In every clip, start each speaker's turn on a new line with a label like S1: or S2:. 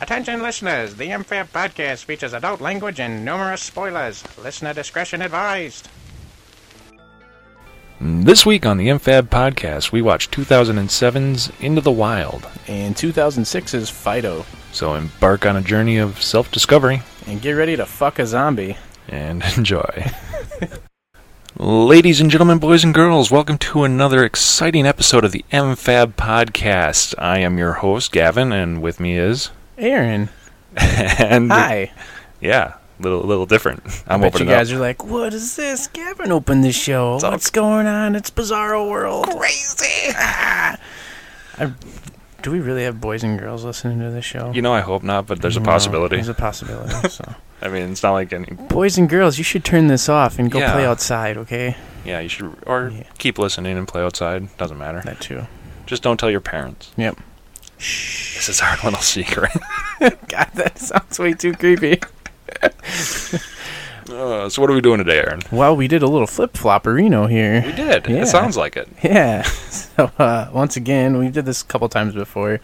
S1: Attention listeners, the Unfair Podcast features adult language and numerous spoilers. Listener discretion advised.
S2: This week on the MFAB podcast, we watched 2007's Into the Wild,
S3: and 2006 is Fido.
S2: so embark on a journey of self discovery
S3: And get ready to fuck a zombie.
S2: and enjoy. Ladies and gentlemen, boys and girls, welcome to another exciting episode of the MFAB podcast. I am your host, Gavin, and with me is.
S3: Aaron,
S2: and
S3: hi.
S2: Yeah, little little different.
S3: I
S2: I'm
S3: bet you
S2: opening
S3: guys
S2: up.
S3: are like, what is this? Gavin opened the show.
S2: all-
S3: What's going on? It's Bizarro World. Crazy. do we really have boys and girls listening to this show?
S2: you know, I hope not, but there's a
S3: No,
S2: possibility.
S3: There's a possibility. so.
S2: I mean, it's not like any.
S3: Boys and girls, you should turn this off and go
S2: Yeah.
S3: play outside, okay?
S2: Yeah, you should or
S3: Yeah.
S2: keep listening and play outside. Doesn't matter.
S3: That too.
S2: Just don't tell your parents.
S3: Yep.
S2: This is our little secret.
S3: God, that sounds way too creepy.
S2: Uh, so what are we doing today, Aaron?
S3: Well, we did a little flip flopperino here.
S2: We did.
S3: Yeah.
S2: It sounds like it.
S3: Yeah. So uh, once again, we did this a couple times before.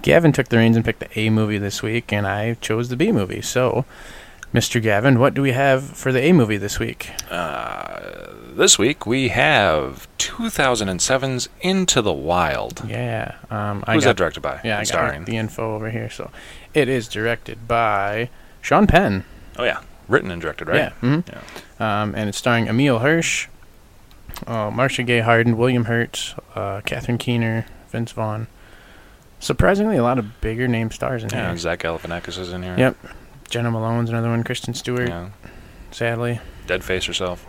S3: Gavin took the reins and picked the A movie this week, and I chose the B movie. So, Mr. Gavin, what do we have for the A movie this week?
S2: Uh, this week we have 2007's Into the Wild.
S3: Yeah. Um, I
S2: Who's that
S3: got,
S2: directed by?
S3: yeah, I got
S2: And starring.
S3: the info over here. So, it is directed by Sean Penn.
S2: oh yeah, written and directed, right?
S3: Yeah. mhm. Um, and it's starring Emil Hirsch, uh, Marcia Gay Harden, William Hurt, uh, Catherine Keener, Vince Vaughn. Surprisingly, a lot of bigger name stars in
S2: Yeah,
S3: here.
S2: and Zach Galifianakis is in here.
S3: Yep. Jenna Malone's another one. Kristen Stewart,
S2: Yeah.
S3: sadly.
S2: Dead face herself.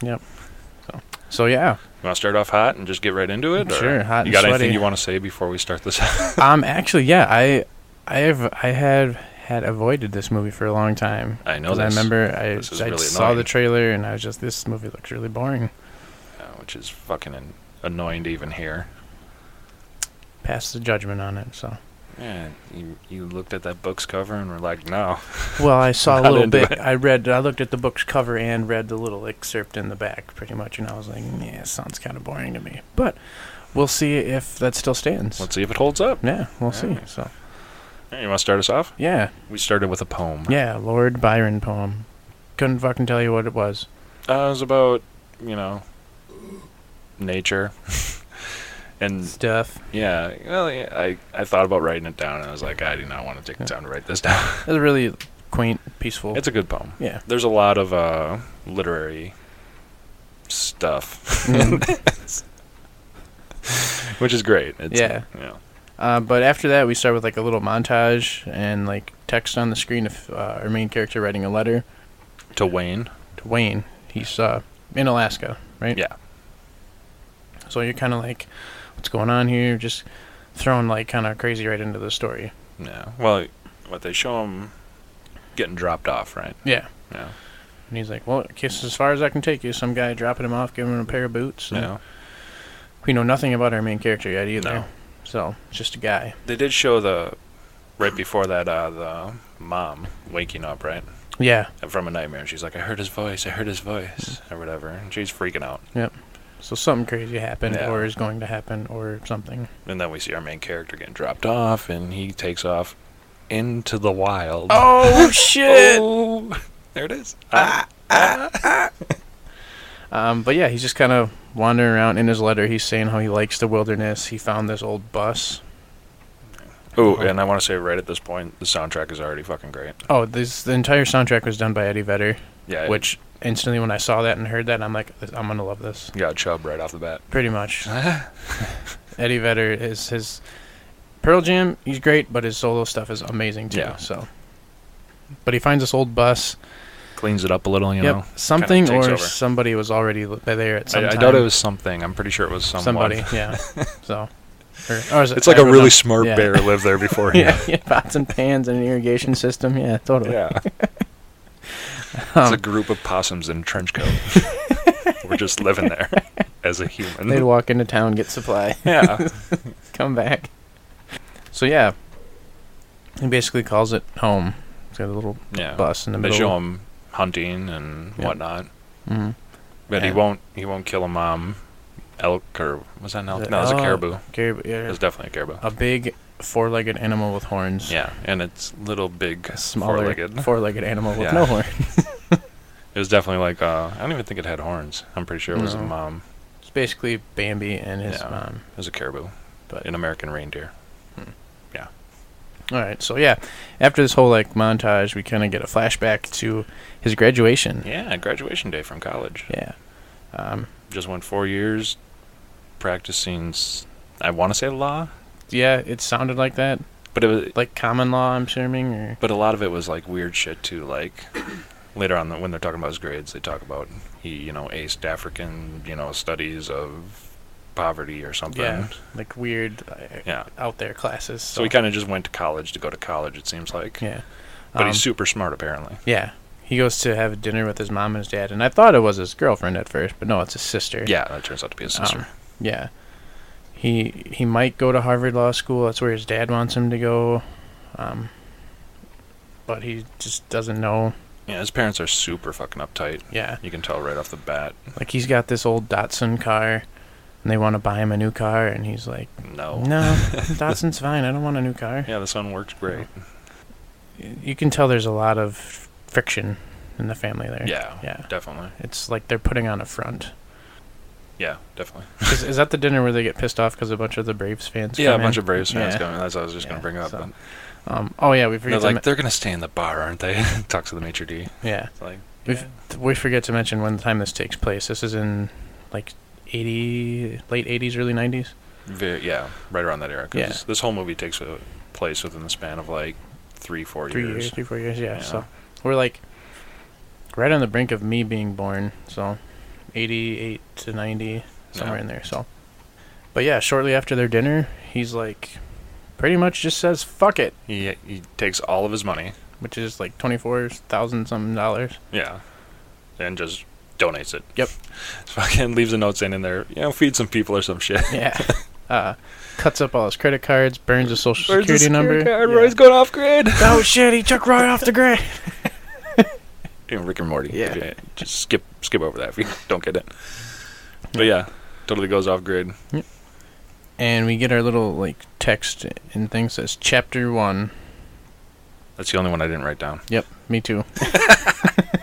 S3: So yeah,
S2: You want to start off hot and just get right into it? or
S3: Sure, hot
S2: You
S3: and
S2: got
S3: sweaty.
S2: anything you want to say before we start this?
S3: um, actually, yeah, I, I have, I have had avoided this movie for a long time.
S2: I know
S3: 'Cause I
S2: Oh, this.
S3: remember I,
S2: this is
S3: I
S2: really
S3: saw the
S2: annoying.
S3: trailer and I was just, this movie looks really boring.
S2: uh, which is fucking an- annoying to even hear.
S3: Passed the judgment on it. So,
S2: Yeah, you you looked at that book's cover and were like, no.
S3: well, I saw a
S2: Not
S3: little
S2: into
S3: bit. I read, I looked at the book's cover and read the little excerpt in the back, pretty much, and I was like, yeah, it sounds kind of boring to me. But we'll see if that still stands.
S2: Let's see if it holds up.
S3: yeah, we'll see.
S2: Alright.
S3: So,
S2: Hey, You want to start us off?
S3: yeah,
S2: We started with a poem.
S3: yeah, Lord Byron poem. Couldn't fucking tell you what it was.
S2: Uh, it was about, you know, nature. and,
S3: Stuff.
S2: yeah, well, yeah, I, I thought about writing it down, and I was like, I do not want to take the time to write this down.
S3: It's really quaint, peaceful.
S2: It's a good poem.
S3: yeah.
S2: There's a lot of uh, literary stuff, which is great. It's,
S3: Yeah.
S2: yeah.
S3: Uh, but after that, we start with like a little montage and like text on the screen of uh, our main character writing a letter
S2: To Wayne.
S3: to Wayne. He's uh, in Alaska, right?
S2: Yeah.
S3: So you're kind of like, what's going on here? Just thrown like kind of crazy right into the story.
S2: Yeah. Well, what they show him getting dropped off, right?
S3: Yeah.
S2: Yeah.
S3: And he's like, well, kiss as far as I can take you. Some guy dropping him off, giving him a pair of boots. and
S2: Yeah.
S3: We know nothing about our main character yet either.
S2: No.
S3: So it's just a guy.
S2: They did show the right before that uh, the mom waking up, right?
S3: Yeah.
S2: From a nightmare. and She's like, I heard his voice. I heard his voice, or whatever. And she's freaking out.
S3: So something crazy happened,
S2: Yeah.
S3: or is going to happen, or something.
S2: And then we see our main character getting dropped off, and he takes off into the wild.
S3: Oh shit!
S2: Oh, there it is.
S3: Um, but yeah, he's just kind of wandering around. In his letter, he's saying how he likes the wilderness. He found this old bus.
S2: Oh, and I want to say right at this point, the soundtrack is already fucking great.
S3: Oh, this the entire soundtrack was done by Eddie Vedder,
S2: Yeah, which
S3: which instantly when I saw that and heard that, I'm like, I'm gonna love this.
S2: got Chubb right off the bat.
S3: Pretty much.
S2: Uh-huh.
S3: Eddie Vedder is his Pearl Jam. He's great, but his solo stuff is amazing too.
S2: Yeah.
S3: So, but he finds this old bus.
S2: Cleans it up a little, you
S3: yep,
S2: know.
S3: something
S2: takes
S3: or
S2: over.
S3: somebody was already li- there at some
S2: I, I
S3: time.
S2: doubt it was something. I'm pretty sure it was someone.
S3: somebody. yeah. So. Or, or is it
S2: It's like a
S3: everyone?
S2: really smart
S3: Yeah.
S2: bear lived there before him.
S3: yeah, yeah, pots and pans and an irrigation system. Yeah, totally.
S2: Yeah. it's
S3: Um,
S2: a group of possums in a trench coat. We're just living there as a human.
S3: They'd walk into town, get supply,
S2: yeah.
S3: come back. So yeah, he basically calls it home. It's got a little
S2: Yeah.
S3: bus in the
S2: they
S3: middle.
S2: show him hunting and
S3: Yeah.
S2: whatnot,
S3: Mhm.
S2: but he
S3: Yeah.
S2: won't. He won't kill a mom elk or was that an elk?
S3: The
S2: No, it was a
S3: elk. Oh.
S2: caribou.
S3: Carib-
S2: It
S3: yeah,
S2: was definitely a caribou.
S3: a big four-legged animal with horns.
S2: Yeah, and it's little big,
S3: Smaller
S2: four-legged.
S3: four-legged animal with
S2: Yeah.
S3: no horn.
S2: It was definitely like uh, I don't even think it had horns. I'm pretty sure it was a
S3: No.
S2: mom.
S3: It's basically Bambi and his
S2: Yeah.
S3: mom.
S2: It was a caribou,
S3: But-
S2: an American reindeer.
S3: All right, so yeah, after this whole like montage, we kind of get a flashback to his graduation.
S2: Yeah, graduation day from college.
S3: Yeah. Um,
S2: Just went four years practicing. s- I want to say law,
S3: yeah, it sounded like that,
S2: but it was,
S3: like common law, I'm assuming, or
S2: but a lot of it was like weird shit too. Like later on, when they're talking about his grades, they talk about he, you know, aced African, you know, studies of poverty or something.
S3: Yeah. like weird uh,
S2: Yeah.
S3: out there classes.
S2: So he kind of just went to college to go to college. It seems like.
S3: yeah,
S2: But
S3: Um,
S2: he's super smart apparently.
S3: yeah. He goes to have dinner with his mom and his dad, and I thought it was his girlfriend at first, but no, it's his sister.
S2: Yeah, that turns out to be his
S3: Um,
S2: sister.
S3: yeah. He he might go to Harvard Law School. That's where his dad wants him to go, um, but he just doesn't know.
S2: yeah, his parents are super fucking uptight.
S3: Yeah.
S2: You can tell right off the bat.
S3: Like he's got this old Datsun car, and they want to buy him a new car, and he's like,
S2: No.
S3: "No, Datsun's fine. I don't want a new car."
S2: Yeah, this one works great.
S3: You can tell there's a lot of friction in the family there.
S2: Yeah,
S3: yeah.
S2: definitely.
S3: It's like they're putting on a front.
S2: Yeah, definitely.
S3: Is, is that the dinner where they get pissed off because a bunch of the Braves fans?
S2: yeah, a
S3: come
S2: bunch
S3: in?
S2: of Braves fans
S3: Yeah.
S2: coming. That's what I was just
S3: Yeah,
S2: gonna bring up.
S3: so-
S2: but
S3: Um, oh yeah, we
S2: they're
S3: forget. To
S2: like, they're gonna stay in the bar, aren't they? Talks to the maitre d.
S3: me- yeah,
S2: It's like,
S3: we f- we forget to mention when the time this takes place. This is in like eighty, late eighties, early nineties.
S2: ve- yeah, right around that era. 'cause
S3: Yeah.
S2: this, this whole movie takes a place within the span of like three, four
S3: Three
S2: years.
S3: years, three four years. Yeah,
S2: Yeah.
S3: so we're like right on the brink of me being born. So eighty eight to ninety, somewhere
S2: Yeah.
S3: in there. So, but yeah, shortly after their dinner, he's like, pretty much just says "fuck it,"
S2: He he takes all of his money.
S3: which is like twenty four thousand something dollars.
S2: Yeah, and just donates it.
S3: Yep.
S2: Fucking leaves a note saying in there, you know, feed some people or some shit.
S3: Yeah. uh, cuts up all his credit cards, burns his social
S2: Where's the
S3: security number.
S2: card?
S3: Yeah.
S2: Roy's going off grid.
S3: oh shit, he took right off the grid.
S2: you know, Rick and Morty.
S3: Yeah.
S2: If you- Just skip skip over that if you don't get it. But yeah, totally goes off grid.
S3: And we get our little like text and thing says chapter one.
S2: That's the only one I didn't write down.
S3: Yep, me too.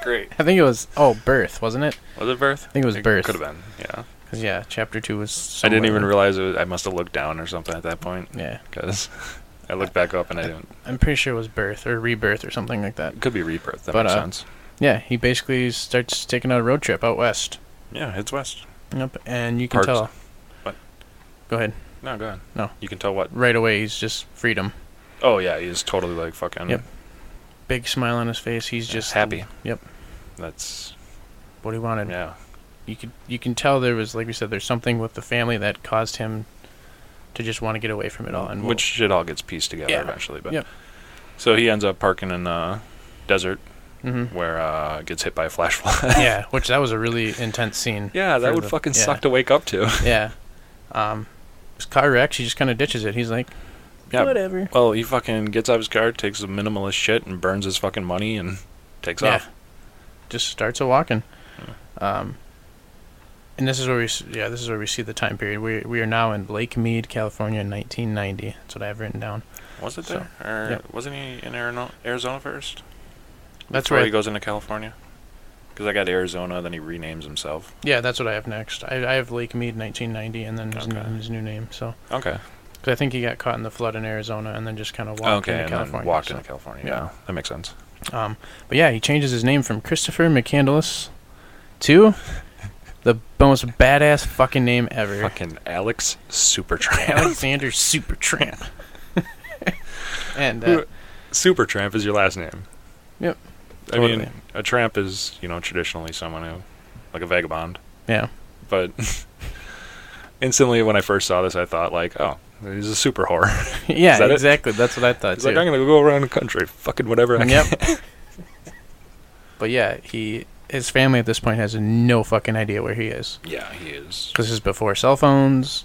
S2: Great.
S3: I think it was oh birth, wasn't it?
S2: Was it birth?
S3: I think it was birth.
S2: Could have been. Yeah.
S3: 'Cause, yeah, chapter two was.
S2: I didn't
S3: somewhere.
S2: even realize it was, I must have looked down or something at that point
S3: Yeah,
S2: because I looked back up and I didn't.
S3: I'm pretty sure it was birth or rebirth or something like that.
S2: It could be rebirth. That
S3: But,
S2: makes
S3: uh,
S2: sense.
S3: Yeah, he basically starts taking out a road trip out west.
S2: Yeah, it's west.
S3: Yep, and you can
S2: Parks.
S3: tell.
S2: What?
S3: Go ahead.
S2: No, go ahead.
S3: No.
S2: You can tell what.
S3: Right away, he's just freedom.
S2: Oh yeah, he's totally like fucking.
S3: Yep. Big smile on his face. He's
S2: yeah,
S3: just
S2: happy.
S3: Yep,
S2: That's
S3: what he wanted.
S2: yeah.
S3: you could you can tell there was like we said there's something with the family that caused him to just want to get away from it all and we'll-
S2: Which it all gets pieced together
S3: Yeah.
S2: eventually. But
S3: Yep.
S2: so he ends up parking in a desert
S3: Mhm.
S2: where uh gets hit by a flash flood.
S3: yeah which that was a really intense scene
S2: Yeah, that
S3: for
S2: would
S3: the-
S2: fucking
S3: yeah.
S2: suck to wake up to.
S3: yeah um his car wrecks he just kind of ditches it he's like
S2: Yeah.
S3: whatever
S2: Well, he fucking gets out of his car, takes a minimalist shit, and burns his fucking money and takes
S3: yeah
S2: off.
S3: just starts a walking um and this is where we s- yeah this is where we see the time period we we are now in Lake Mead California in 1990 that's what I have written down
S2: Was it
S3: So,
S2: there? or
S3: yeah.
S2: wasn't he in Arino- Arizona first?
S3: that's
S2: Before
S3: where
S2: he goes into California. Because I got Arizona, then he renames himself.
S3: yeah that's what I have next I I have Lake Mead 1990 and then his,
S2: Okay.
S3: n- his new name so
S2: Okay.
S3: Because I think he got caught in the flood in Arizona and then just kind of walked
S2: okay,
S3: into
S2: and
S3: California.
S2: then walked
S3: so-
S2: into California.
S3: yeah.
S2: Yeah. that makes sense.
S3: Um, but yeah, he changes his name from Christopher McCandless to the most badass fucking name ever,
S2: Fucking Alex Supertramp.
S3: Alexander Supertramp. and uh,
S2: Supertramp is your last name.
S3: Yep.
S2: I mean,
S3: Totally.
S2: a tramp is, you know, traditionally someone who, like a vagabond.
S3: yeah,
S2: but instantly when I first saw this, I thought like, oh, he's a super whore.
S3: yeah,
S2: that it?
S3: exactly. That's what I thought
S2: He's
S3: too.
S2: like, I'm gonna go around the country, fucking whatever. I can.
S3: yep. but yeah, he his family at this point has no fucking idea where he is.
S2: Yeah, he is.
S3: This is before cell phones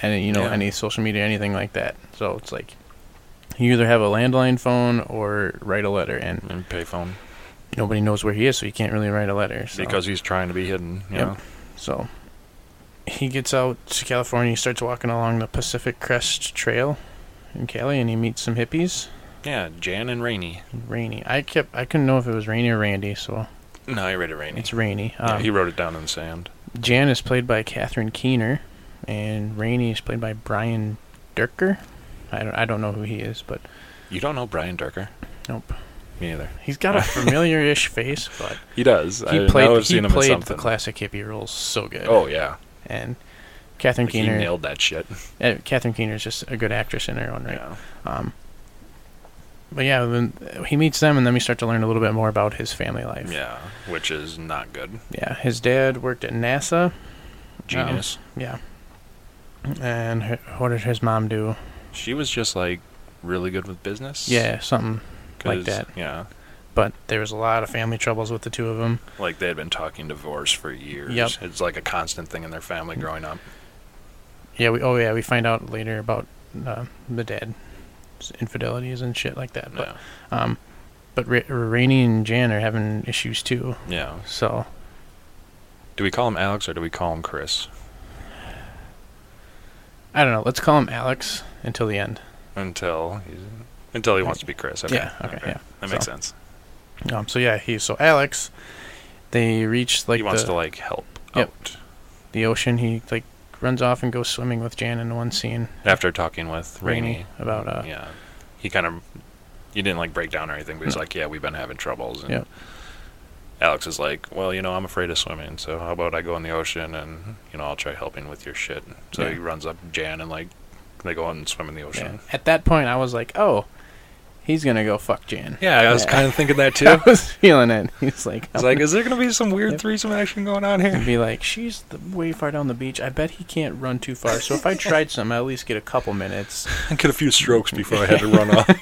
S3: and you know
S2: Yeah.
S3: any social media anything like that so it's like you either have a landline phone or write a letter and
S2: And payphone
S3: nobody knows where he is so you can't really write a letter so,
S2: because he's trying to be hidden. You
S3: Yep.
S2: know?
S3: so he gets out to California. He starts walking along the Pacific Crest Trail in Cali, and he meets some hippies.
S2: Yeah, Jan and Rainey.
S3: Rainy. I kept. I couldn't know if it was Rainy or Randy, so
S2: No, I read it Rainey.
S3: it's Rainy.
S2: yeah,
S3: Um,
S2: he wrote it down in the sand.
S3: Jan is played by Katherine Keener, and Rainey is played by Brian Durker. I don't. I don't know who he is, but
S2: You don't know Brian Durker?
S3: Nope.
S2: Me either.
S3: he's got a familiar-ish face. But
S2: He does. I
S3: he
S2: know
S3: played.
S2: I've
S3: He
S2: seen him in
S3: played the
S2: something.
S3: classic hippie roles so good.
S2: Oh yeah,
S3: and Katherine
S2: Like, he
S3: Keener.
S2: nailed that shit.
S3: uh, Catherine Keener is just a good actress in her own right.
S2: Yeah.
S3: Um, but yeah, then he meets them, and then we start to learn a little bit more about his family life.
S2: yeah, which is not good.
S3: Yeah, his dad worked at NASA. Um,
S2: Genius.
S3: Yeah. And her, what did his mom do?
S2: She was just like really good with business.
S3: Yeah, something. like
S2: 'cause-
S3: that.
S2: Yeah,
S3: But there was a lot of family troubles with the two of them.
S2: like they had been talking divorce for years.
S3: Yep.
S2: It's like a constant thing in their family growing up.
S3: Yeah, we oh yeah, we find out later about uh, the dad's infidelities and shit like that. But
S2: Yeah.
S3: um, but Ra- Rainey and Jan are having issues too.
S2: yeah.
S3: So
S2: Do we call him Alex or do we call him Chris?
S3: I don't know. Let's call him Alex until the end.
S2: Until he's, until he wants to be Chris. Okay.
S3: Yeah, okay, yeah.
S2: That makes
S3: So,
S2: sense.
S3: Um, so yeah, he so Alex, they reach like
S2: he wants
S3: the,
S2: to like help
S3: Yep.
S2: out
S3: the ocean. He like runs off and goes swimming with Jan in one scene.
S2: after talking with Rainey.
S3: about uh,
S2: yeah, he kind of he didn't like break down or anything, but he's
S3: No.
S2: like, yeah, we've been having troubles. And
S3: Yep.
S2: Alex is like, well, you know, I'm afraid of swimming, so how about I go in the ocean and you know I'll try helping with your shit. So
S3: Yeah.
S2: he runs up Jan and like they go out and swim in the
S3: yeah.
S2: ocean.
S3: At that point, I was like, oh, he's gonna go fuck Jan.
S2: Yeah, I was
S3: Yeah.
S2: kind of thinking that
S3: I
S2: too.
S3: was feeling it. He's like,
S2: It's like, is there gonna be some weird
S3: Yep.
S2: threesome action going on
S3: and
S2: here?
S3: be like, she's the, way far down the beach. I bet he can't run too far. So if I tried some, I at least get a couple minutes.
S2: I get a few strokes before I had to run off.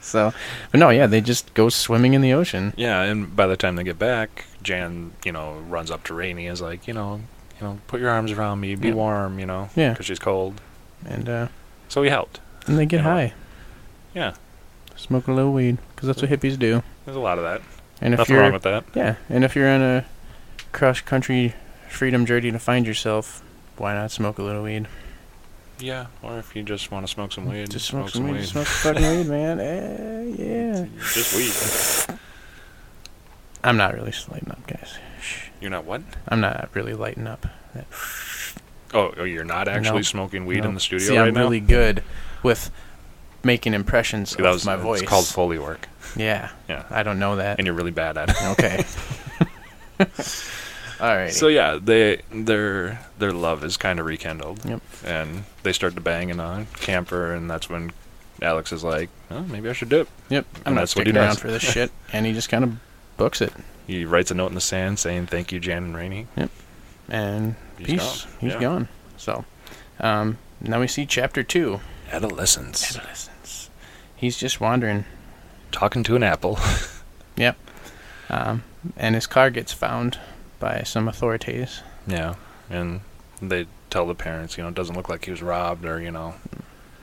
S3: So, but no, yeah, they just go swimming in the ocean.
S2: Yeah, and by the time they get back, Jan, you know, runs up to Rainey and is like, you know, you know, put your arms around me, be
S3: Yeah.
S2: warm, you know,
S3: Yeah.
S2: because she's cold.
S3: And uh,
S2: So he helped.
S3: and they get
S2: You know,
S3: high,
S2: Yeah,
S3: smoke a little weed, because that's what hippies do.
S2: there's a lot of that.
S3: And if
S2: Nothing
S3: you're
S2: wrong with that.
S3: Yeah, and if you're on a cross country freedom journey to find yourself, why not smoke a little weed?
S2: Yeah, or if you just want to smoke some weed,
S3: just smoke, some weed. Just smoke some fucking weed, man. Eh, yeah.
S2: Just weed.
S3: I'm not really lighting up, guys. Shh.
S2: You're not what?
S3: I'm not really lighting up. That
S2: Oh, oh, you're not actually
S3: No.
S2: smoking weed
S3: no.
S2: in the studio
S3: See,
S2: right
S3: I'm
S2: now.
S3: really good with making impressions
S2: See,
S3: of
S2: that was uh,
S3: my voice.
S2: It's called Foley work,
S3: yeah.
S2: Yeah.
S3: I don't know that.
S2: and you're really bad at it.
S3: okay. All right.
S2: So yeah, they their their love is kind of rekindled.
S3: Yep.
S2: And they start to bang in a camper, and that's when Alex is like, oh, maybe I should dip.
S3: yep. I'm
S2: and
S3: not
S2: that's what he
S3: sticking around
S2: does.
S3: for this shit, and he just kind of books it.
S2: He writes a note in the sand saying, "Thank you, Jan and Rainey."
S3: and
S2: He's
S3: peace.
S2: gone.
S3: He's
S2: Yeah.
S3: gone. So um, now we see chapter two.
S2: Adolescence.
S3: Adolescence. He's just wandering,
S2: Talking to an apple.
S3: um, and his car gets found by some authorities.
S2: yeah. And they tell the parents, you know, it doesn't look like he was robbed, or you know,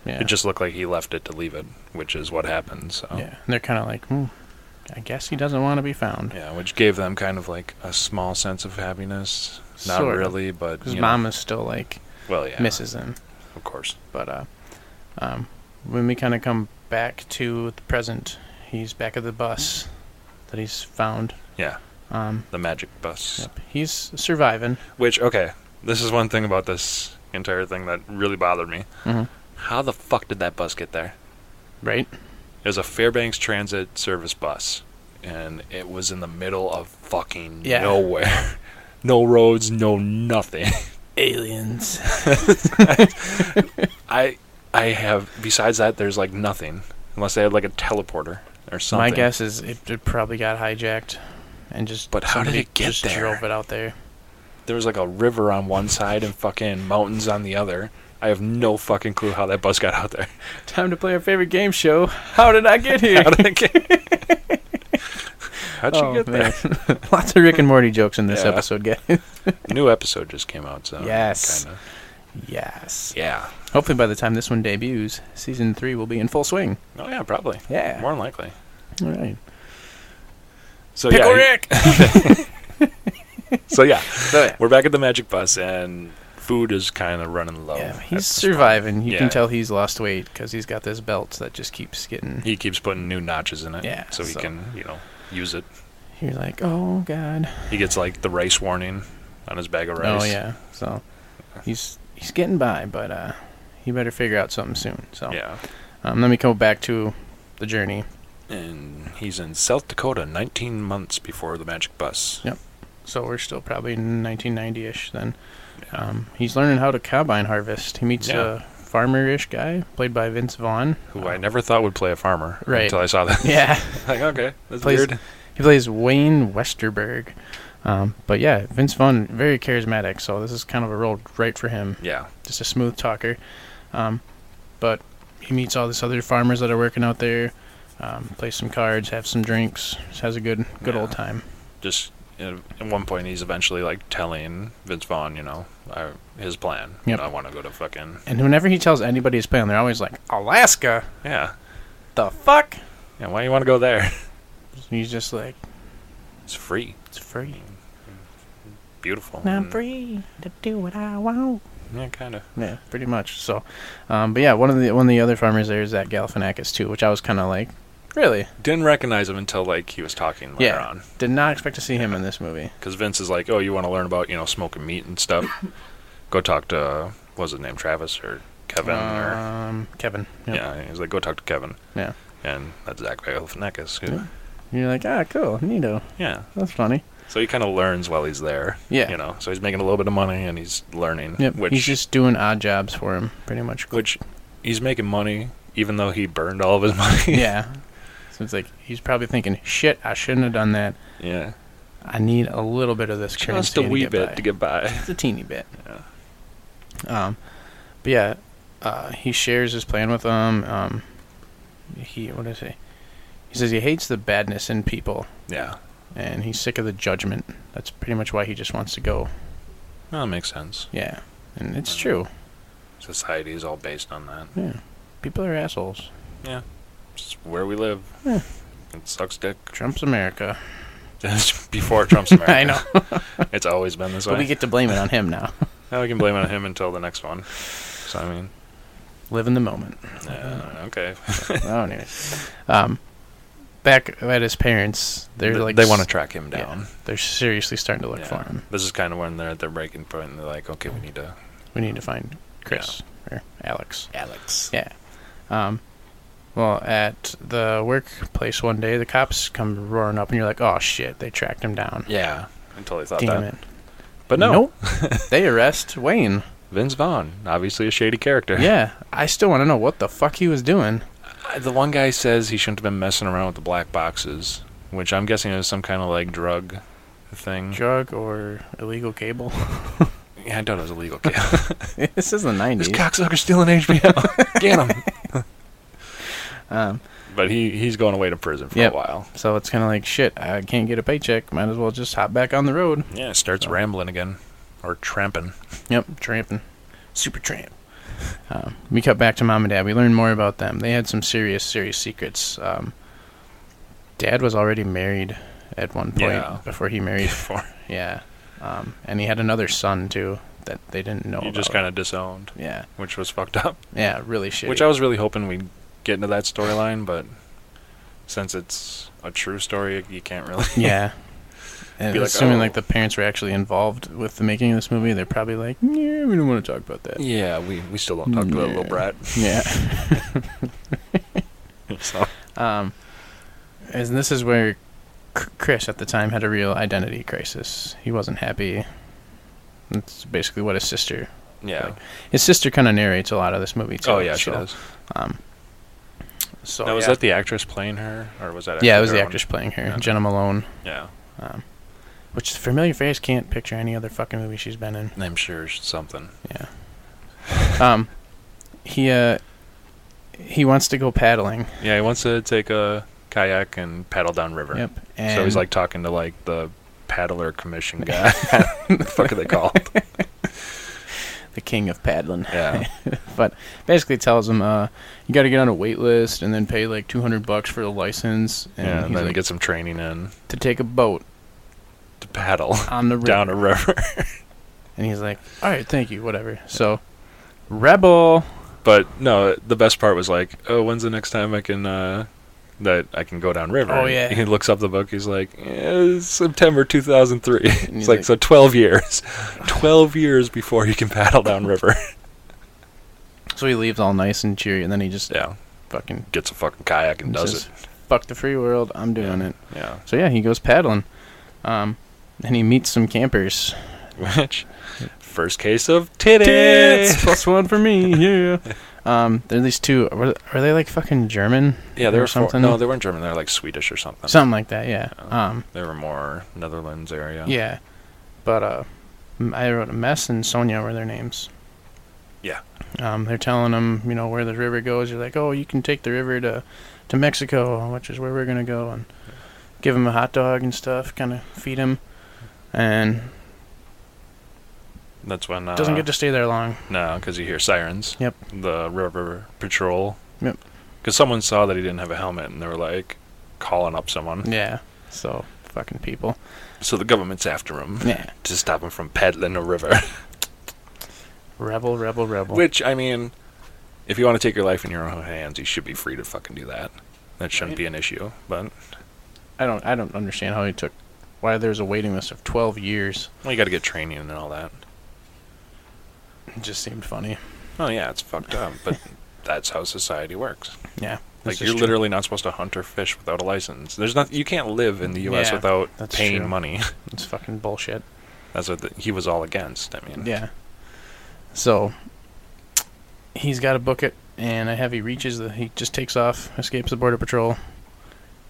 S3: Yeah,
S2: it just looked like he left it to leave it, which is what happened. So.
S3: yeah. And they're kind of like, hmm, I guess he doesn't want to be found.
S2: Yeah, which gave them kind of like a small sense of happiness. Not
S3: Sort of.
S2: really, but
S3: Because
S2: you know,
S3: mom is still like
S2: well, yeah,
S3: misses him.
S2: of course.
S3: But uh, um, when we kind of come back to the present, he's back at the bus that he's found.
S2: Yeah,
S3: Um,
S2: the magic bus.
S3: yep. He's surviving.
S2: Which, okay, this is one thing about this entire thing that really bothered me.
S3: Mhm.
S2: How the fuck did that bus get there?
S3: Right?
S2: It was a Fairbanks Transit Service bus, and it was in the middle of fucking
S3: Yeah.
S2: nowhere. No roads, no nothing.
S3: Aliens.
S2: I I have besides that, there's like nothing unless they had like a teleporter or something.
S3: My guess is it, it probably got hijacked, and just
S2: But how did
S3: somebody
S2: it get
S3: just
S2: there?
S3: Drove it out there.
S2: there was like a river on one side and fucking mountains on the other. I have no fucking clue how that bus got out there.
S3: Time to play our favorite game show. How did I get here?
S2: How did it get? How'd you
S3: Oh,
S2: get there?
S3: there? Lots of Rick and Morty jokes in this
S2: Yeah.
S3: episode, guys.
S2: New episode just came out, so
S3: Yes.
S2: kinda-
S3: yes.
S2: yeah.
S3: Hopefully, by the time this one debuts, season three will be in full swing.
S2: Oh yeah, probably.
S3: Yeah.
S2: More than likely.
S3: All right.
S2: So
S3: Pickle
S2: yeah.
S3: Rick.
S2: So yeah,
S3: So, yeah.
S2: we're back at the Magic Bus, and food is kind of running low.
S3: yeah,
S2: at
S3: he's
S2: this
S3: surviving. You
S2: Yeah.
S3: can tell he's lost weight because he's got this belt that just keeps getting.
S2: point. He keeps putting new notches in it,
S3: Yeah,
S2: so he
S3: so-
S2: can you know use it.
S3: You're like, oh god.
S2: He gets like the rice warning on his bag of rice.
S3: Oh yeah. So he's he's getting by, but uh, he better figure out something soon. So
S2: yeah.
S3: um, let me go back to the journey.
S2: And he's in South Dakota 19 months before the magic bus.
S3: So we're still probably 1990ish then. Um, he's learning how to combine harvest. He meets
S2: Yeah.
S3: a farmer-ish guy played by Vince Vaughn.
S2: Who I never thought would play a farmer
S3: Oh. Right.
S2: until I saw that.
S3: Yeah.
S2: like, okay, that's
S3: Plays-
S2: weird.
S3: He plays Wayne Westerberg. Um, but yeah, Vince Vaughn, very charismatic, so this is kind of a role right for him.
S2: Yeah,
S3: Just a smooth talker. Um, but he meets all these other farmers that are working out there, um, plays some cards, have some drinks, just has a good good
S2: Yeah.
S3: old time.
S2: just at at one point he's eventually like telling Vince Vaughn, you know, I, his plan.
S3: Yep.
S2: I want to go to fucking
S3: And whenever he tells anybody he's playing, they're always like, Alaska?
S2: yeah.
S3: The fuck?
S2: Yeah, why you want to go there?
S3: He's just like,
S2: It's free,
S3: it's free.
S2: beautiful.
S3: Now I'm
S2: and-
S3: free to do what I want.
S2: Yeah, kind of.
S3: Yeah, pretty much. So, um, but yeah, one of the one of the other farmers there is that Galifianakis too, which I was kind of like, really
S2: Didn't recognize him until like he was talking later
S3: Yeah.
S2: on,
S3: did not expect to see him in this movie.
S2: because Vince is like, "Oh, you want to learn about you know smoking meat and stuff? go talk to uh, what was his name, Travis or Kevin or
S3: Um, Kevin. Yep.
S2: Yeah, he's like, go talk to Kevin.
S3: Yeah.
S2: And that's Zach Galifianakis. who-
S3: Yeah. You're like, ah, cool, neato.
S2: yeah.
S3: That's funny.
S2: So he kind of learns while he's there.
S3: Yeah.
S2: You know, so he's making a little bit of money and he's learning.
S3: Yep.
S2: Which,
S3: He's just doing odd jobs for him, pretty much.
S2: which he's making money even though he burned all of his money.
S3: yeah. So it's like he's probably thinking, shit, I shouldn't have done that.
S2: yeah.
S3: I need a little bit of this currency.
S2: Just a
S3: to
S2: wee
S3: get
S2: bit
S3: by."
S2: to get by.
S3: It's a teeny bit.
S2: Yeah.
S3: Um, but yeah, uh, he shares his plan with them. Um, he what does he? say? He says he hates the badness in people,
S2: Yeah.
S3: and he's sick of the judgment. That's pretty much why he just wants to go.
S2: Well, that makes sense.
S3: Yeah, and it's true.
S2: Society is all based on that.
S3: Yeah, people are assholes.
S2: It's where we live.
S3: Yeah.
S2: It sucks dick.
S3: Trump's America.
S2: Just Before Trump's America.
S3: I know,
S2: It's always been this
S3: but we
S2: way.
S3: get to blame it on him now.
S2: Now we can blame it on him until the next one. So, I mean,
S3: Live in the moment.
S2: yeah, okay.
S3: Oh, anyways, um, back at his parents, they're
S2: They-
S3: like
S2: they
S3: s-
S2: want to track him
S3: yeah.
S2: down.
S3: They're seriously starting to look
S2: Yeah.
S3: for him.
S2: This is kind of when they're at their breaking point, and they're like, "Okay, we need to."
S3: We need to find Chris or Alex.
S2: Alex.
S3: Yeah. Um, well, at the workplace one day, the cops come roaring up, and you're like, "Oh shit! They tracked him down."
S2: Yeah, I totally thought
S3: Damn
S2: that.
S3: it!
S2: But no,
S3: Nope. they arrest Wayne.
S2: Vince Vaughn, obviously a shady character.
S3: Yeah, I still want to know what the fuck he was doing.
S2: Uh, The one guy says he shouldn't have been messing around with the black boxes, which I'm guessing is some kind of like drug thing.
S3: Drug or illegal cable?
S2: Yeah, I thought it was illegal. Okay.
S3: this is the '90s.
S2: this cocksucker's stealing HBO. Get him.
S3: Um,
S2: But he he's going away to prison for
S3: Yep.
S2: a while.
S3: so it's kind of like shit. I can't get a paycheck. Might as well just hop back on the road.
S2: Yeah, starts
S3: So-
S2: rambling again, or tramping.
S3: Yep, tramping. Super tramp. Um, we cut back to mom and dad. We learned more about them. They had some serious, serious secrets. Um, dad was already married at one point
S2: Yeah.
S3: before he married.
S2: Before
S3: yeah. Um, and he had another son, too, that they didn't know
S2: he
S3: about.
S2: just kind of disowned,
S3: yeah.
S2: which was fucked up.
S3: Yeah, really shitty.
S2: Which I was really hoping we'd get into that storyline, but since it's a true story, you can't really.
S3: yeah. And
S2: Be like,
S3: assuming,
S2: oh.
S3: like, the parents were actually involved with the making of this movie, they're probably like, yeah, we don't want to talk about that.
S2: Yeah, we, we still don't talk to that little
S3: Yeah.
S2: brat.
S3: Yeah.
S2: So,
S3: Um, and this is where C- Chris at the time had a real identity crisis. He wasn't happy. That's basically what his sister.
S2: yeah.
S3: His sister kind of narrates a lot of this movie too.
S2: Oh yeah, she
S3: so,
S2: does.
S3: Um, so
S2: now was
S3: yeah.
S2: that the actress playing her, or was that?
S3: yeah, it was
S2: her
S3: the
S2: own-
S3: actress playing her,
S2: Yeah.
S3: Jenna Malone,
S2: Yeah,
S3: um, which is a familiar face. Can't picture any other fucking movie she's been in.
S2: I'm sure she's something.
S3: Yeah. Um, he uh, he wants to go paddling.
S2: Yeah, he wants to take a kayak and paddle down river.
S3: Yep. And
S2: So he's like talking to like the paddler commission guy. the fuck are they called?
S3: the king of paddling.
S2: Yeah.
S3: basically tells him uh, you got to get on a wait list and then pay like 200 bucks for the license and,
S2: yeah, and
S3: he's
S2: then
S3: like,
S2: get some training in
S3: to take a boat
S2: to paddle
S3: on the river
S2: down a river.
S3: And he's like, all right, thank you, whatever. So, Rebel.
S2: But no, the best part was like, oh, when's the next time I can uh, that I can go down river?
S3: Oh, yeah.
S2: He looks up the book. He's like, eh, September 2003. It's
S3: he's
S2: like,
S3: like-
S2: so 12 years, 12 years before you can paddle down river.
S3: So he leaves all nice and cheery, and then he just
S2: yeah,
S3: fucking
S2: gets a fucking kayak and does
S3: says,
S2: it.
S3: Fuck the free world, I'm doing it.
S2: Yeah,
S3: So yeah, he goes paddling, um, and he meets some campers.
S2: which first case of titty.
S3: plus one for me. Yeah. Um, there are these two. Were, are they like fucking German?
S2: Yeah, they
S3: Or
S2: were for-
S3: something?
S2: no, they weren't German. They were like Swedish or something.
S3: Something like that. Yeah.
S2: Yeah.
S3: Um,
S2: they were more Netherlands area.
S3: yeah. But uh, m- I wrote Mess and Sonia were their names.
S2: Yeah.
S3: Um, they're telling him, you know, where the river goes. You're like, oh, you can take the river to, to Mexico, which is where we're gonna go, and give him a hot dog and stuff, kind of feed him, and
S2: That's when uh,
S3: doesn't get to stay there long.
S2: No, because you hear sirens.
S3: Yep.
S2: The river patrol.
S3: Yep.
S2: Because someone saw that he didn't have a helmet, and they were like calling up someone.
S3: Yeah. So fucking people.
S2: So the government's after him
S3: Yeah.
S2: to stop him from peddling a river.
S3: Rebel, rebel, rebel.
S2: Which I mean, if you want to take your life in your own hands, you should be free to fucking do that. That shouldn't be an issue. But
S3: I don't I don't understand how he took why there's a waiting list of 12 years.
S2: well, you got to get training and all that.
S3: It just seemed funny.
S2: Oh yeah, it's fucked up, but that's how society works.
S3: Yeah.
S2: Like
S3: this is
S2: you're
S3: true.
S2: literally not supposed to hunt or fish without a license. There's not you can't live in the U.S.
S3: Yeah,
S2: without
S3: that's
S2: paying
S3: true.
S2: money.
S3: it's fucking bullshit.
S2: That's what the, he was all against. I mean,
S3: Yeah. So he's got to book it and a heavy reaches the he just takes off, escapes the border patrol.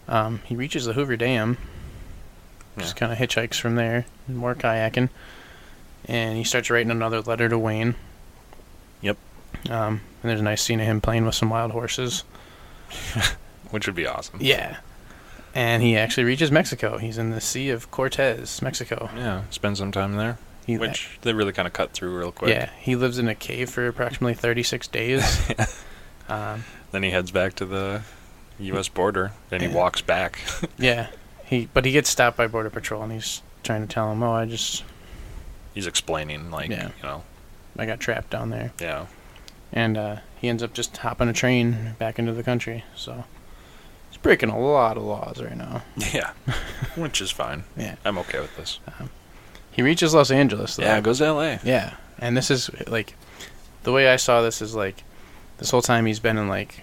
S3: Um, he reaches the Hoover Dam. Just kind of hitchhikes from there, more kayaking. And he starts writing another letter to Wayne.
S2: Yep.
S3: Um, and there's a nice scene of him playing with some wild horses.
S2: which would be awesome.
S3: Yeah. And he actually reaches Mexico. He's in the Sea of Cortez, Mexico.
S2: Yeah, spend some time there,
S3: He, uh,
S2: which they really kind of cut through real quick.
S3: yeah, he lives in a cave for approximately 36 days. um,
S2: Then he heads back to the U.S. border. Then he
S3: Yeah.
S2: walks back.
S3: yeah, he but he gets stopped by border patrol, and he's trying to tell him, "Oh, I just
S2: He's explaining, like,
S3: Yeah.
S2: you know,
S3: I got trapped down there,"
S2: yeah,
S3: and uh, he ends up just hopping a train back into the country. So he's breaking a lot of laws right now.
S2: yeah, which is fine.
S3: Yeah.
S2: I'm okay with this.
S3: He reaches Los Angeles though.
S2: Yeah, goes to L.A.
S3: Yeah, and this is like the way I saw this is like this whole time he's been in like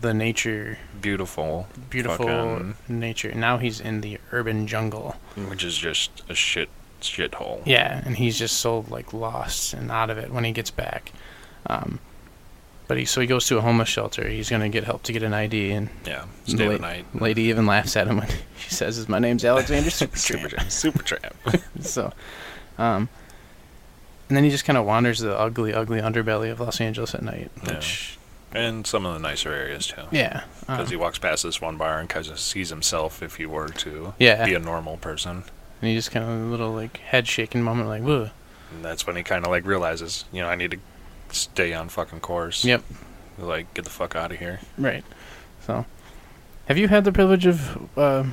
S3: the nature,
S2: Beautiful,
S3: beautiful
S2: Fucking-
S3: nature. Now he's in the urban jungle.
S2: which is just a shit shithole.
S3: Yeah, and he's just so like lost and out of it when he gets back. Um, but he so he goes to a homeless shelter. He's gonna get help to get an ID, and
S2: Yeah, stay
S3: Late-
S2: the night.
S3: lady even laughs at him when she says, "My name's Alexander Supertramp."
S2: Super tramp.
S3: so, um, and then he just kind of wanders the ugly, ugly underbelly of Los Angeles at night,
S2: Yeah.
S3: which
S2: and some of the nicer areas too.
S3: yeah, um,
S2: Because he walks past this one bar and kind of sees himself if he were to
S3: yeah,
S2: be a normal person.
S3: and he just kind of a little like head shaking moment, like whoa,
S2: And that's when he kind of like realizes, you know, I need to stay on fucking course.
S3: Yep.
S2: Like, get the fuck out of here.
S3: right. So, have you had the privilege of uh,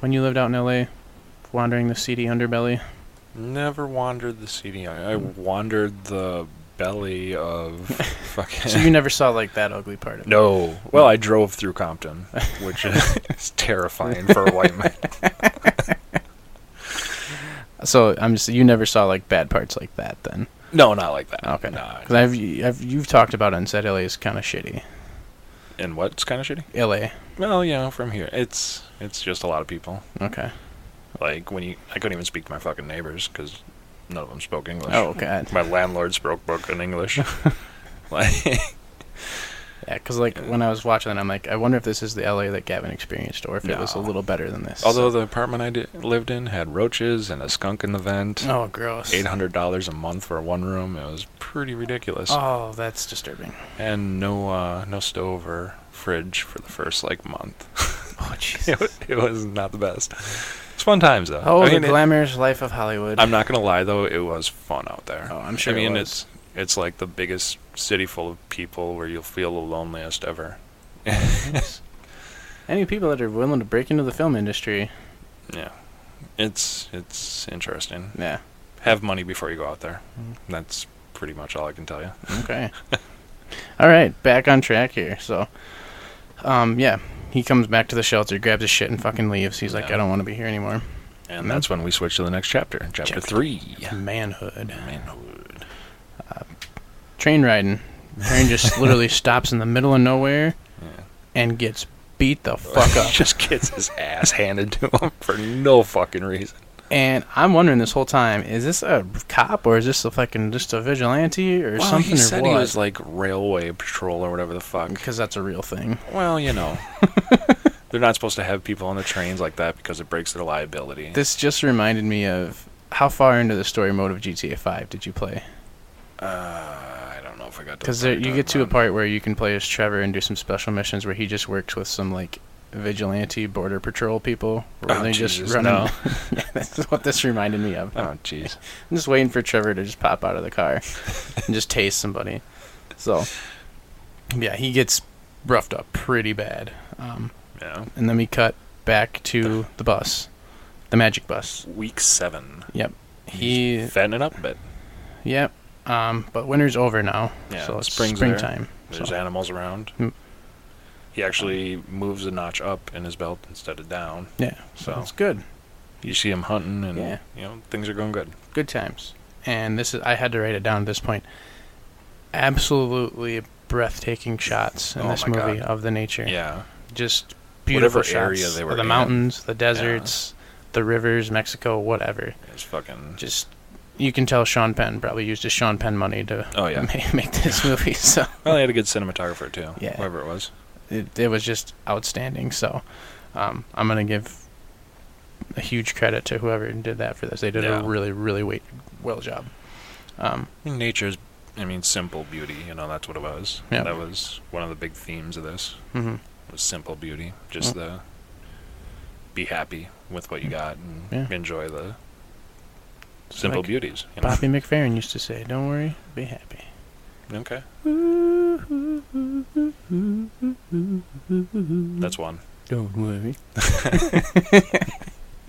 S3: when you lived out in L.A. wandering the seedy underbelly?
S2: Never wandered the CD. I, I wandered the belly of fucking.
S3: so you never saw like that ugly part of it.
S2: no. Well, I drove through Compton, which is terrifying for a white man.
S3: So I'm just you never saw like bad parts like that then,
S2: No, not like that.
S3: Okay.
S2: Nah.
S3: because I've, I've you've talked about it and said L.A. is kind of shitty.
S2: And what's kind of shitty?
S3: L.A.
S2: Well, you know, from here, it's it's just a lot of people.
S3: Okay.
S2: Like when you, I couldn't even speak to my fucking neighbors because none of them spoke English.
S3: Oh God.
S2: My landlord spoke broken English. like,
S3: Yeah, because like when I was watching it, I'm like, I wonder if this is the LA that Gavin experienced, or if it was a
S2: No.
S3: little better than this.
S2: although the apartment I di lived in had roaches and a skunk in the vent,
S3: oh, gross.
S2: eight hundred dollars a month for one room, it was pretty ridiculous.
S3: Oh, that's disturbing.
S2: And no, uh, no stove or fridge for the first like month.
S3: Oh, jeez.
S2: it, wa- it was not the best. It's fun times though.
S3: Oh,
S2: I mean,
S3: the
S2: it-
S3: glamorous life of Hollywood.
S2: I'm not gonna lie though, it was fun out there.
S3: oh, I'm sure.
S2: I mean,
S3: it
S2: it's it's like the biggest city full of people where you'll feel the loneliest ever.
S3: it's any people that are willing to break into the film industry.
S2: Yeah, it's it's interesting.
S3: Yeah,
S2: Have money before you go out there.
S3: Mm-hmm.
S2: That's pretty much all I can tell you.
S3: Okay. All right, back on track here. So, um, yeah, he comes back to the shelter, grabs his shit, and fucking leaves. He's like,
S2: Yeah.
S3: I don't want to be here anymore.
S2: And that's when we switch to the next chapter, chapter,
S3: Mm-hmm. Chapter.
S2: three.
S3: Manhood.
S2: Manhood.
S3: Train riding. Train just literally stops in the middle of nowhere
S2: Yeah.
S3: and gets beat the fuck up.
S2: Just gets his ass handed to him for no fucking reason.
S3: And I'm wondering this whole time, is this a cop or is this a fucking just a vigilante or
S2: well,
S3: something
S2: he
S3: or
S2: said
S3: what?
S2: he was like railway patrol or whatever the fuck.
S3: because that's a real thing.
S2: Well, you know, they're not supposed to have people on the trains like that because it breaks their liability.
S3: This just reminded me of how far into the story mode of GTA 5 did you play?
S2: uh, I don't know if I got
S3: Because you get to a part where you can play as Trevor and do some special missions where he just works with some like vigilante border patrol people where
S2: Oh,
S3: they just
S2: Jesus,
S3: run.
S2: no.
S3: yeah, that's what this reminded me of.
S2: Oh, jeez.
S3: I'm just waiting for Trevor to just pop out of the car and just tase somebody. So, yeah, he gets roughed up pretty bad. Um,
S2: Yeah.
S3: and then we cut back to the bus, the magic bus.
S2: Week seven.
S3: He,
S2: Fatten it up a bit.
S3: yep. Um, but winter's over now,
S2: Yeah,
S3: so it's
S2: spring's there.
S3: springtime.
S2: There's
S3: so-
S2: animals around.
S3: Mm.
S2: He actually moves a notch up in his belt instead of down.
S3: Yeah, so
S2: So
S3: it's good.
S2: you see him hunting, and
S3: Yeah.
S2: you know things are going good.
S3: good times. And this is I had to write it down at this point. Absolutely breathtaking shots in
S2: Oh
S3: this
S2: my
S3: movie
S2: God.
S3: of the nature.
S2: Yeah,
S3: Just beautiful
S2: Whatever area
S3: shots
S2: they
S3: of
S2: were
S3: the
S2: in.
S3: mountains, the deserts, the rivers, Mexico, whatever.
S2: it's fucking.
S3: Just you can tell Sean Penn probably used his Sean Penn money to
S2: Oh yeah.
S3: ma- make this movie. So
S2: Well, they had a good cinematographer too.
S3: Yeah.
S2: Whoever it was.
S3: it, it was just outstanding. So um, I'm gonna give a huge credit to whoever did that for this. They did
S2: Yeah.
S3: a really, really wait, well job. Um,
S2: Nature's. I mean, simple beauty. You know, that's what it was.
S3: Yeah.
S2: That was one of the big themes of this.
S3: mhm.
S2: was simple beauty. Just the be happy with what you got and
S3: Mm. Yeah.
S2: enjoy the
S3: It's
S2: simple
S3: like
S2: beauties. You know?
S3: Bobby McFerrin used to say, "Don't worry, be happy."
S2: Okay. That's one.
S3: Don't worry.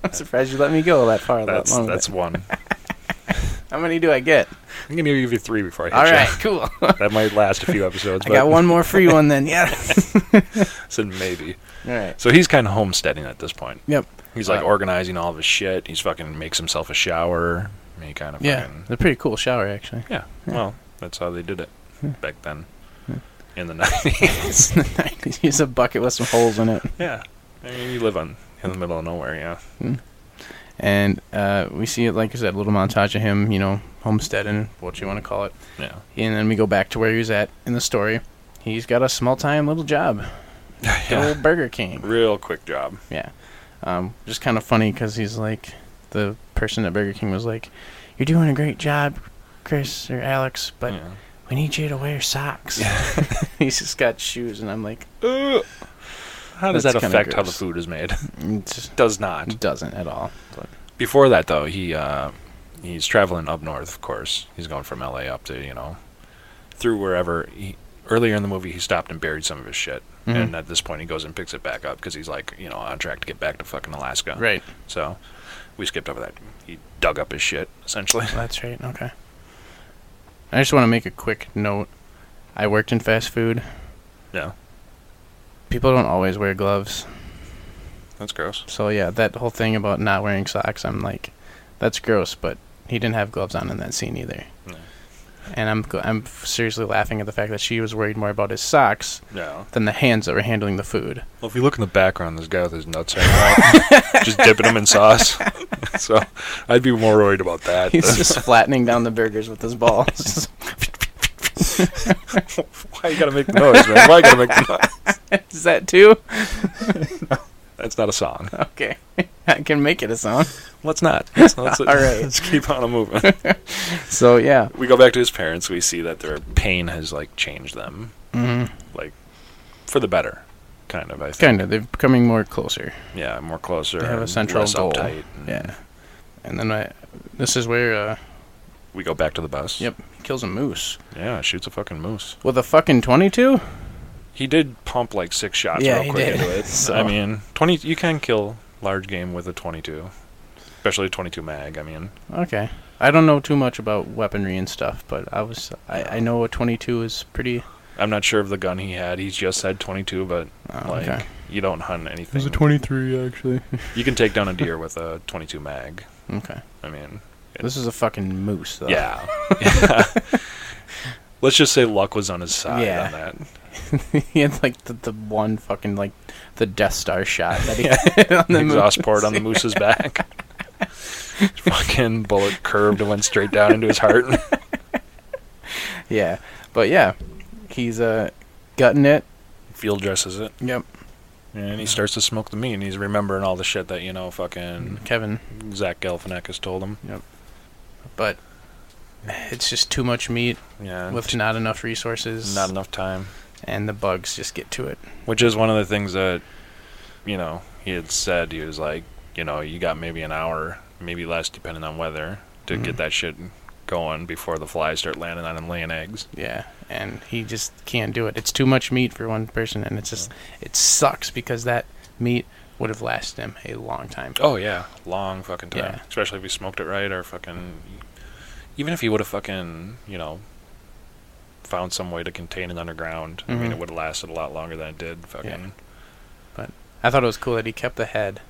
S3: I'm surprised you let me go that far.
S2: That's
S3: that long with
S2: that's one.
S3: it. how many do I get?
S2: I'm gonna give you three before I hit
S3: All
S2: you.
S3: right, cool.
S2: That might last a few episodes.
S3: I
S2: but
S3: got one more free one then. Yeah.
S2: said maybe.
S3: All right.
S2: So he's kind of homesteading at this point.
S3: Yep.
S2: He's like
S3: Uh,
S2: organizing all of his shit. He's fucking makes himself a shower. and He kind of
S3: Yeah,
S2: fucking
S3: a pretty cool shower actually.
S2: yeah.
S3: Yeah.
S2: Well, that's how they did it back then
S3: Yeah.
S2: in the nineties.
S3: It's in the 90s. Use a bucket with some holes in it.
S2: Yeah. I mean, you live on in the middle of nowhere, yeah.
S3: And uh, we see it, like I said, a little montage of him, you know, homesteading, what you want to call it.
S2: Yeah.
S3: And then we go back to where he was at in the story. He's got a small-time little job, Good old Burger King.
S2: Real quick job.
S3: Yeah. Um, just kind of funny because he's like, the person at Burger King was like, You're doing a great job, Chris or Alex, but
S2: yeah.
S3: we need you to wear socks. he's just got shoes, and I'm like,
S2: how does
S3: That's
S2: that
S3: kinda
S2: affect how the
S3: gross.
S2: food is made?
S3: It just
S2: Does not.
S3: doesn't at all. But
S2: Before that though, he uh he's traveling up north, of course. He's going from LA up to, you know, through wherever he earlier in the movie he stopped and buried some of his shit.
S3: Mhm.
S2: And at this point he goes and picks it back up cuz he's like, you know, on track to get back to fucking Alaska.
S3: Right.
S2: So we skipped over that. He dug up his shit essentially.
S3: That's right. Okay. I just want to make a quick note. I worked in fast food.
S2: Yeah.
S3: People don't always wear gloves.
S2: That's gross.
S3: So, yeah, that whole thing about not wearing socks, I'm like, that's gross, but he didn't have gloves on in that scene either.
S2: No.
S3: And I'm go- I'm seriously laughing at the fact that she was worried more about his socks
S2: Yeah.
S3: than the hands that were handling the food.
S2: Well, if you look in the background, there's a guy with his nuts hanging out, just dipping them in sauce. so I'd be more worried about that.
S3: He's just flattening down the burgers with his balls.
S2: Why you gotta make the noise, man? Why you gotta make the noise?
S3: Is that too?
S2: That's not a song.
S3: Okay. I can make it a song.
S2: Let's not. Let's, let's,
S3: All right.
S2: let's keep on moving.
S3: So, yeah.
S2: We go back to his parents. We see that their pain has like changed them,
S3: Mm,
S2: like for the better, kind of. I think.
S3: kind of. They're becoming more closer.
S2: Yeah, more closer.
S3: They have a
S2: and
S3: central
S2: less
S3: goal.
S2: Uptight. and
S3: Yeah. And then I, this is where uh,
S2: We go back to the bus.
S3: Yep. he kills a moose
S2: Yeah, shoots a fucking moose.
S3: with a fucking 22?
S2: He did pump like six shots
S3: Yeah,
S2: real
S3: he
S2: quick
S3: did.
S2: into it.
S3: So-
S2: I mean, twenty. You can kill large game with a twenty-two, especially a twenty-two mag. I mean,
S3: Okay. I don't know too much about weaponry and stuff, but I was I, I know a 22 is pretty.
S2: I'm not sure of the gun he had. He just said 22, but
S3: Oh,
S2: like
S3: okay.
S2: you don't hunt anything.
S3: 23 actually.
S2: You can take down a deer with a 22 mag.
S3: Okay.
S2: I mean,
S3: This is a fucking moose though.
S2: yeah. Let's just say luck was on his side
S3: Yeah.
S2: on that.
S3: he had like the, the one fucking like the Death Star shot that he had on the
S2: exhaust
S3: moose.
S2: port on the moose's back. Fucking bullet curved and went straight down into his heart.
S3: Yeah, but yeah, he's uh gutting it.
S2: Field dresses it.
S3: Yep.
S2: And he starts to smoke the meat, and he's remembering all the shit that, you know, fucking
S3: Kevin,
S2: Zach Galifianakis told him.
S3: but it's just too much meat
S2: Yeah.
S3: with not enough resources,
S2: not enough time.
S3: and the bugs just get to it.
S2: Which is one of the things that, you know, he had said. He was like, you know, you got maybe an hour, maybe less, depending on weather, to
S3: Mhm.
S2: get that shit going before the flies start landing on him laying eggs.
S3: Yeah, and he just can't do it. It's too much meat for one person, and it's just it sucks because that meat would have lasted him a long time.
S2: Oh, yeah. Long fucking time.
S3: Yeah.
S2: Especially if he smoked it right or fucking. Even if he would have fucking, you know, found some way to contain it underground, I mean,
S3: Mhm.
S2: it would have lasted a lot longer than it did. Fucking.
S3: I thought it was cool that he kept the head.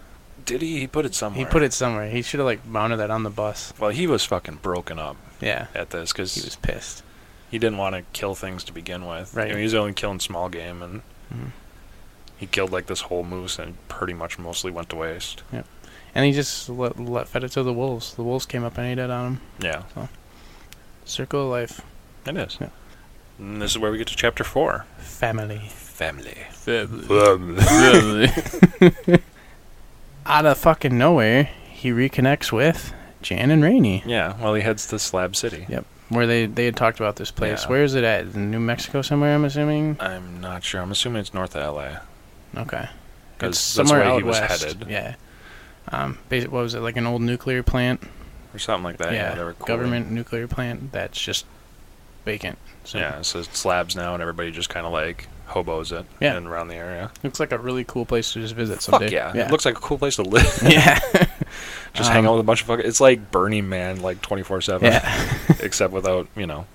S2: Did he? He put it somewhere.
S3: He put it somewhere. He should have like mounted that on the bus.
S2: Well, he was fucking broken up
S3: Yeah,
S2: at this because
S3: he was pissed.
S2: he didn't want to kill things to begin with. I
S3: Right.
S2: mean, he was only killing small game, and
S3: Mhm.
S2: he killed like this whole moose, and pretty much mostly went to waste.
S3: And he just let, let fed it to the wolves. The wolves came up and ate it on him.
S2: Yeah,
S3: Circle of life,
S2: it is.
S3: Yeah.
S2: And this is where we get to chapter four.
S3: family.
S2: Family.
S3: Family.
S2: Family.
S3: Out of fucking nowhere, he reconnects with Jan and Rainey,
S2: yeah. Well, he heads to Slab City.
S3: Yeah. where they they had talked about this place.
S2: Yeah.
S3: Where is it at? In New Mexico somewhere? I'm assuming.
S2: I'm not sure. I'm assuming it's north of LA.
S3: Okay.
S2: 'Cause
S3: It's
S2: that's
S3: somewhere
S2: where he
S3: out
S2: was
S3: west.
S2: headed.
S3: Yeah. Um. Basi- what was it like? An old nuclear plant?
S2: Or something like that.
S3: yeah.
S2: they were cool.
S3: government nuclear plant that's just vacant. So
S2: Yeah, so it's slabs now, and everybody just kind of like hobos it
S3: Yeah.
S2: and around the area.
S3: Looks like a really cool place to just visit
S2: Fuck
S3: someday.
S2: yeah.
S3: Yeah.
S2: It looks like a cool place to live.
S3: yeah.
S2: Just hang
S3: Um,
S2: out with a bunch of fucking. It's like Burning Man, like twenty four seven.
S3: yeah.
S2: Except without, you know,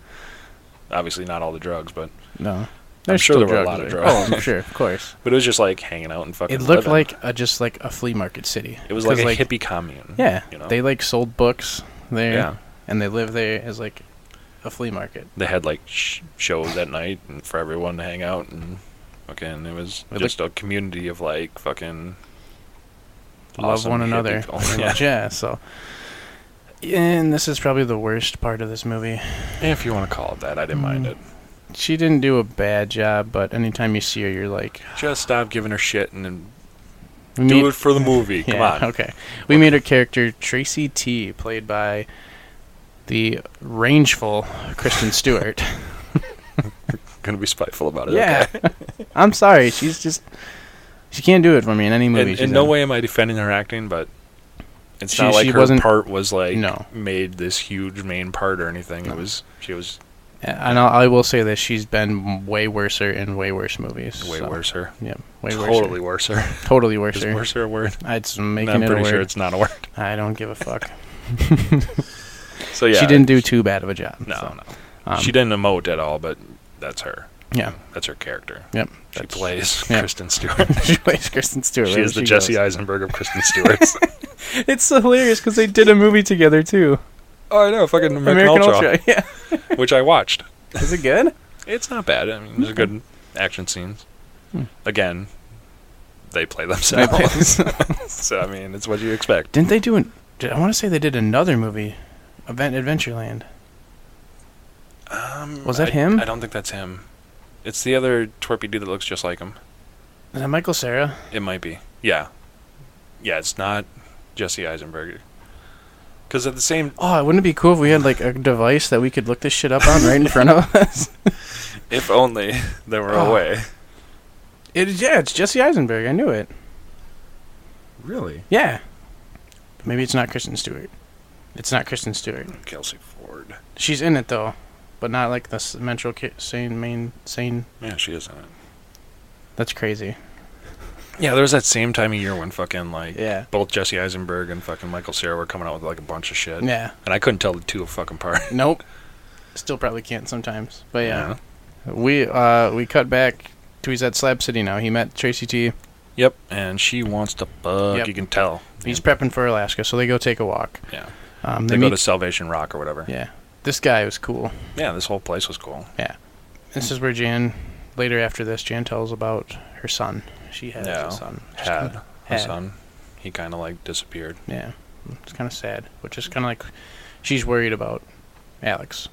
S2: obviously not all the drugs, but
S3: No.
S2: sure
S3: still
S2: there were a lot of
S3: there.
S2: drugs.
S3: Oh, sure, of course.
S2: but it was just like hanging out and fucking.
S3: It looked
S2: living.
S3: like a, just like a flea market city.
S2: it was like
S3: 'Cause,
S2: a hippie commune.
S3: Yeah,
S2: you know?
S3: they like sold books there,
S2: Yeah.
S3: and they lived there as like a flea market.
S2: They had like sh- shows at night and for everyone to hang out and fucking. It was
S3: It
S2: just a community of like fucking.
S3: Love
S2: awesome
S3: one
S2: hippie
S3: another.
S2: people.
S3: pretty
S2: yeah.
S3: much, yeah, so. And this is probably the worst part of this movie.
S2: If you want to call it that, I didn't mind
S3: Mm.
S2: it.
S3: She didn't do a bad job, but anytime you see her, you're like,
S2: Just stop giving her shit and then
S3: we
S2: do
S3: meet-
S2: it for the movie. Come
S3: yeah,
S2: on.
S3: Okay. We meet her character, Tracy T, played by the rangeful Kristen Stewart.
S2: Gonna be spiteful about it. okay?
S3: Yeah. I'm sorry. She's just. She can't do it for me in any
S2: And
S3: movie.
S2: in,
S3: she's
S2: no
S3: in.
S2: way am I defending her acting, but it's
S3: She-
S2: not like
S3: she
S2: her
S3: wasn't-
S2: part was like
S3: No.
S2: made this huge main part or anything.
S3: No.
S2: It was she was
S3: And I'll, I will say this: she's been way worser in way worse movies.
S2: way
S3: so-
S2: worse her,
S3: Yep. Way
S2: totally
S3: worse.
S2: worse her.
S3: Totally
S2: Is
S3: worser.
S2: worse her a word?
S3: It's
S2: No,
S3: making
S2: I'm
S3: it a
S2: pretty
S3: word.
S2: sure it's not a word.
S3: I don't give a fuck.
S2: So yeah,
S3: she didn't do too bad of a job.
S2: No,
S3: so,
S2: no,
S3: um,
S2: she didn't emote at all. But that's her.
S3: Yeah.
S2: that's her character.
S3: Yep.
S2: She
S3: that's-
S2: plays
S3: yeah.
S2: Kristen Stewart.
S3: she plays Kristen Stewart.
S2: she
S3: wherever
S2: is the
S3: goes.
S2: Jesse Eisenberg of Kristen Stewart's.
S3: It's hilarious because they did a movie together too.
S2: oh, I know, fucking American, Ultra,
S3: Yeah.
S2: which I watched.
S3: Is it good?
S2: It's not bad. I mean, there's good action scenes.
S3: Hmm.
S2: Again, they play
S3: They
S2: themselves.
S3: play
S2: so I mean, it's what you expect.
S3: Didn't they do an? Did, I want to say they did another movie, Event Adventureland.
S2: Um,
S3: Was that
S2: I-
S3: him?
S2: I don't think that's him. It's the other twerpy dude that looks just like him.
S3: Is that Michael Sarah?
S2: It might be. Yeah, yeah. It's not Jesse Eisenberg. Because at the same,
S3: Oh, wouldn't it be cool if we had like a device that we could look this shit up on right in front of us?
S2: if only there were
S3: Oh.
S2: a way.
S3: It is. Yeah, it's Jesse Eisenberg. I knew it.
S2: Really?
S3: Yeah. Maybe it's not Kristen Stewart. It's not Kristen Stewart.
S2: Kelsey Ford.
S3: She's in it though, but not like the s- mental ca- sane main sane.
S2: Yeah, she is in it.
S3: That's crazy.
S2: Yeah, there was that same time of year when fucking like
S3: Yeah.
S2: both Jesse Eisenberg and fucking Michael Cera were coming out with like a bunch of shit.
S3: Yeah.
S2: And I couldn't tell the two fucking apart.
S3: Nope. Still probably can't sometimes. But Oh, yeah. We uh we cut back to he's at Slab City now. He met Tracy T.
S2: Yep. And she wants to fuck.
S3: Yep.
S2: You can tell.
S3: He's
S2: Yeah.
S3: prepping for Alaska, so they go take a walk.
S2: yeah.
S3: Um
S2: They,
S3: they,
S2: go to
S3: meet
S2: Salvation Rock or whatever. Yeah.
S3: Yeah. This guy was cool.
S2: This whole place was cool.
S3: This is where Jan later after this Jan tells about her son. She has
S2: Yeah.
S3: a son. Which is
S2: Had
S3: kinda-
S2: a
S3: Had.
S2: son. He kind of like disappeared.
S3: yeah. It's kind of sad, which is kind of like she's worried about Alex.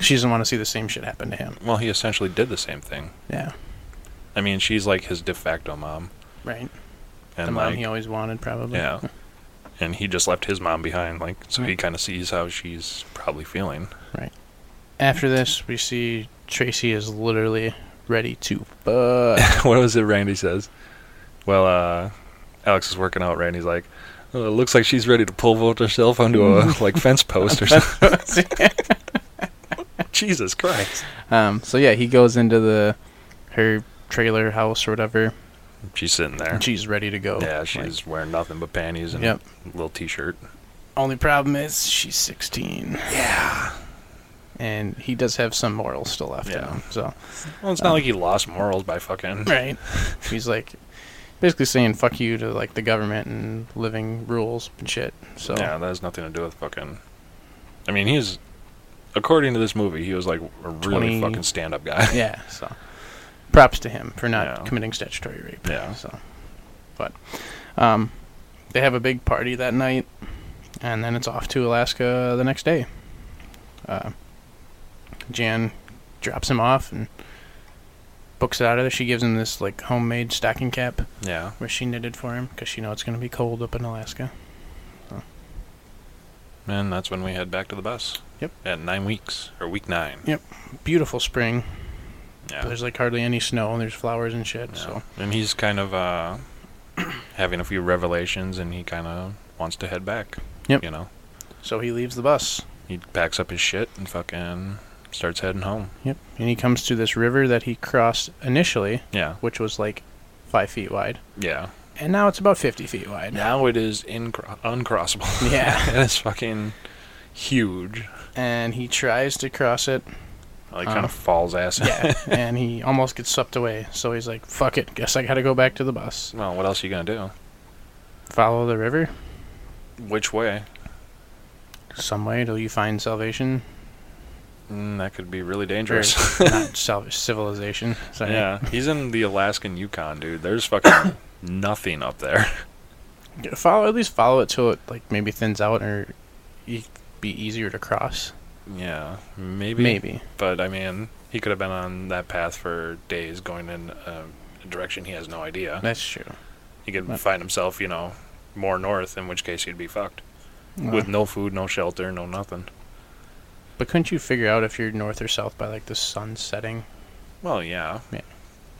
S3: She doesn't want to see the same shit happen to him.
S2: Well, he essentially did the same thing.
S3: Yeah.
S2: I mean, she's like his de facto mom.
S3: Right.
S2: And
S3: the mom
S2: like,
S3: he always wanted probably.
S2: yeah. And he just left his mom behind, like so he kind of sees how she's probably feeling.
S3: After this, we see Tracy is literally ready to fuck.
S2: what was it Randy says? Well, uh, Alex is working out, right? And he's like, "Oh, it looks like she's ready to pull vote herself onto a like fence post or something. Jesus Christ.
S3: um, so yeah, he goes into the her trailer house or whatever,
S2: She's sitting there.
S3: and she's ready to go.
S2: yeah,
S3: Like,
S2: she's wearing nothing but panties and
S3: Yep.
S2: a little t-shirt.
S3: Only problem is she's 16. Yeah. And he does have some morals still left in
S2: Yeah.
S3: him. So
S2: Well, it's not like he lost morals by fucking.
S3: right, he's like basically saying "fuck you" to like the government and living rules and shit. So
S2: Yeah, that has nothing to do with fucking. I mean, he's according to this movie, he was like a really
S3: 20
S2: fucking stand-up guy.
S3: Yeah, so props to him for not
S2: Yeah.
S3: committing statutory rape.
S2: Yeah.
S3: So, but um, they have a big party that night, and then it's off to Alaska the next day. Uh, Jan drops him off and books it out of there. She gives him this like homemade stocking cap
S2: yeah.
S3: where she knitted for him because she know it's gonna be cold up in Alaska.
S2: And that's when we head back to the bus.
S3: Yep.
S2: At nine weeks or week nine.
S3: Beautiful spring.
S2: Yeah.
S3: But there's like hardly any snow and there's flowers and shit.
S2: Yeah.
S3: So
S2: And he's kind of uh, having a few revelations, and he kind of wants to head back.
S3: Yep.
S2: You know,
S3: so he leaves the bus.
S2: he packs up his shit and fucking starts heading home.
S3: Yep. And he comes to this river that he crossed initially,
S2: Yeah.
S3: which was like five feet wide,
S2: Yeah.
S3: and now it's about fifty feet wide.
S2: Now it is incro- uncrossable.
S3: Yeah.
S2: and it's fucking huge.
S3: And he tries to cross it.
S2: Like
S3: Uh.
S2: kind of falls ass. in.
S3: Yeah. and he almost gets swept away. So he's like, "Fuck it. Guess I gotta go back to the bus.
S2: well, what else are you gonna
S3: Follow the river
S2: do? Which way?
S3: some way till you find salvation.
S2: Mm, that could be really
S3: Or
S2: dangerous.
S3: not salv- civilization. Sorry.
S2: yeah. He's in the Alaskan Yukon, dude. There's fucking nothing up there.
S3: Follow at least follow it till it like maybe thins out or e- be easier to cross.
S2: Yeah. Maybe.
S3: Maybe.
S2: But I mean, he could have been on that path for days, going in uh, a direction he has no idea.
S3: That's true.
S2: He could
S3: Right.
S2: find himself, you know, more north, in which case he'd be fucked with no food, no shelter, no nothing.
S3: but couldn't you figure out if you're north or south by like the sun setting?
S2: Well, yeah.
S3: Yeah.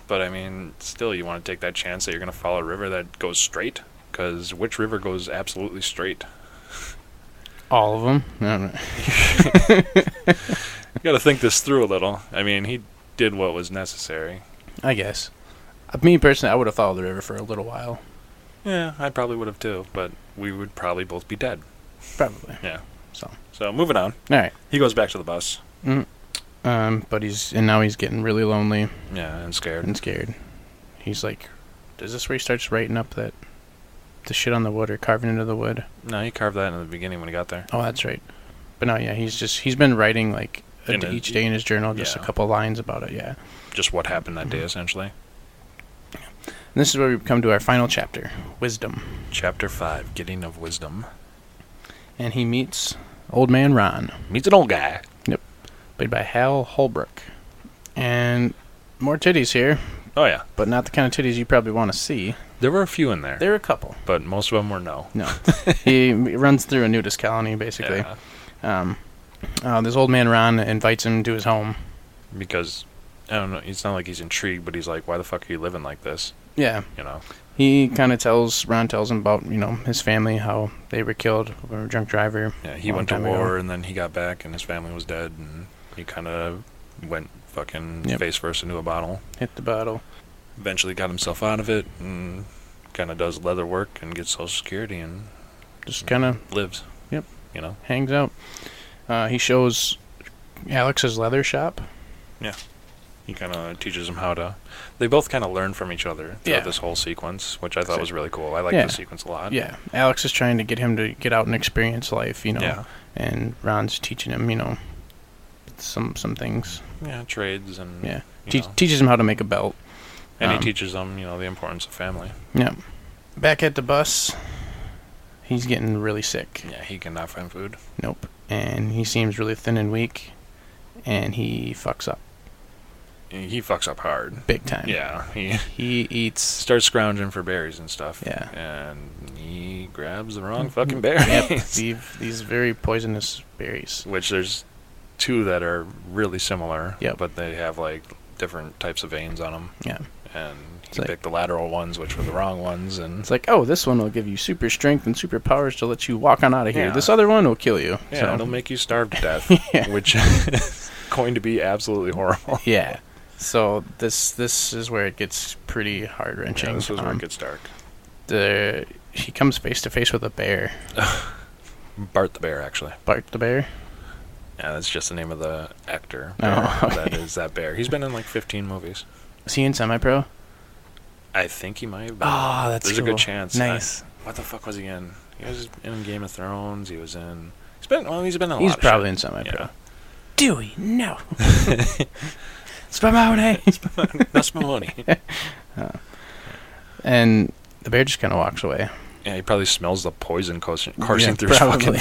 S2: But I mean, still, you want to take that chance that you're going to follow a river that goes straight? Because which river goes absolutely straight?
S3: All of them.
S2: You got to think this through a little. I mean, he did what was necessary.
S3: I guess. Uh, Me personally, I would have followed the river for a little while,
S2: Yeah, I probably would have too, but we would probably both be dead.
S3: probably.
S2: Yeah.
S3: So, all
S2: So moving on,
S3: right.
S2: he goes back to the bus.
S3: Um, but he's and now he's getting really lonely
S2: Yeah, and scared.
S3: and scared. He's like, "Is this where he starts writing up that the shit on the wood or carving into the wood?"
S2: No, he carved that in the beginning when he got there.
S3: Oh, that's right. But no, yeah, he's just he's been writing like a
S2: In
S3: d-
S2: a-
S3: each day in his journal, just a
S2: yeah.
S3: couple lines about it. Yeah.
S2: Just what happened that day,
S3: Mm-hmm.
S2: essentially.
S3: And this is where we come to our final chapter, wisdom,
S2: Chapter 5 Getting of Wisdom.
S3: and he meets old man Ron.
S2: Meets an old guy.
S3: played by Hal Holbrook. And more titties here,
S2: Oh, yeah.
S3: but not the kind of titties you probably want to see.
S2: There were a few in there,
S3: There are a couple.
S2: but most of them were no.
S3: No. he runs through a nudist colony, basically.
S2: Yeah,
S3: Um, uh, this old man Ron invites him to his home.
S2: because, I don't know, it's not like he's intrigued, but he's like, why the fuck are you living like this?
S3: Yeah.
S2: You know?
S3: He kind of tells, Ron tells him about, you know, his family, how they were killed by a drunk driver.
S2: Yeah, he
S3: Long
S2: went to
S3: time ago.
S2: war, and then he got back, and his family was dead, and he kind of went fucking
S3: Yep.
S2: face first into a bottle.
S3: Hit the bottle.
S2: Eventually got himself out of it, and kind of does leather work and gets Social Security and
S3: Just kind of
S2: lives.
S3: Yep.
S2: You know.
S3: hangs out. Uh, he shows Alex's leather shop.
S2: He kind of teaches them how to. They both kind of learn from each other throughout
S3: Yeah.
S2: this whole sequence, which I thought was really cool. I like
S3: Yeah.
S2: this sequence a lot.
S3: Yeah, Alex is trying to get him to get out and experience life, you know.
S2: Yeah.
S3: And Ron's teaching him, you know, some some things.
S2: Yeah, Trades and.
S3: Yeah.
S2: Mm-hmm. you
S3: Te-
S2: know.
S3: teaches him how to make a belt.
S2: and
S3: um,
S2: he teaches them, you know, the importance of family.
S3: Yeah. Back at the bus, he's getting really sick.
S2: Yeah, he cannot find food.
S3: Nope. And he seems really thin and weak, and he fucks up
S2: He fucks up hard.
S3: big time.
S2: Yeah, he
S3: He eats.
S2: starts scrounging for berries and stuff.
S3: Yeah.
S2: and he grabs the wrong fucking berries.
S3: the- these very poisonous berries.
S2: Which there's two that are really similar.
S3: Yep.
S2: but they have like different types of veins on them,
S3: Yeah.
S2: and he
S3: It's like-
S2: picked the lateral ones, which were the wrong ones, and
S3: It's like, oh, this one will give you super strength and super powers to let you walk on out of here.
S2: Yeah.
S3: This other one will kill you.
S2: yeah,
S3: So-
S2: it'll make you starve to death,
S3: Yeah.
S2: which is going to be absolutely horrible.
S3: yeah. So this this is where it gets pretty heart wrenching.
S2: Yeah, this was where
S3: um,
S2: it gets dark.
S3: the he comes face to face with a bear.
S2: Bart the bear, actually.
S3: Bart the bear.
S2: Yeah, that's just the name of the actor.
S3: Oh,
S2: Bear. that is that bear. He's been in like 15 movies.
S3: Is he in semi pro?
S2: I think he might have been.
S3: Oh, that's
S2: There's a
S3: cool.
S2: good chance.
S3: Nice.
S2: I- what the fuck was he in? He was in Game of Thrones. He was in. He's been. Well, he's been in. A
S3: He's
S2: lot
S3: probably in
S2: Of
S3: semi pro.
S2: Yeah.
S3: Dewey, no. Spumone.
S2: shit. That's Maloney.
S3: and the bear just kind of walks away.
S2: yeah, he probably smells the poison coursing, coursing
S3: Yeah,
S2: through his fucking.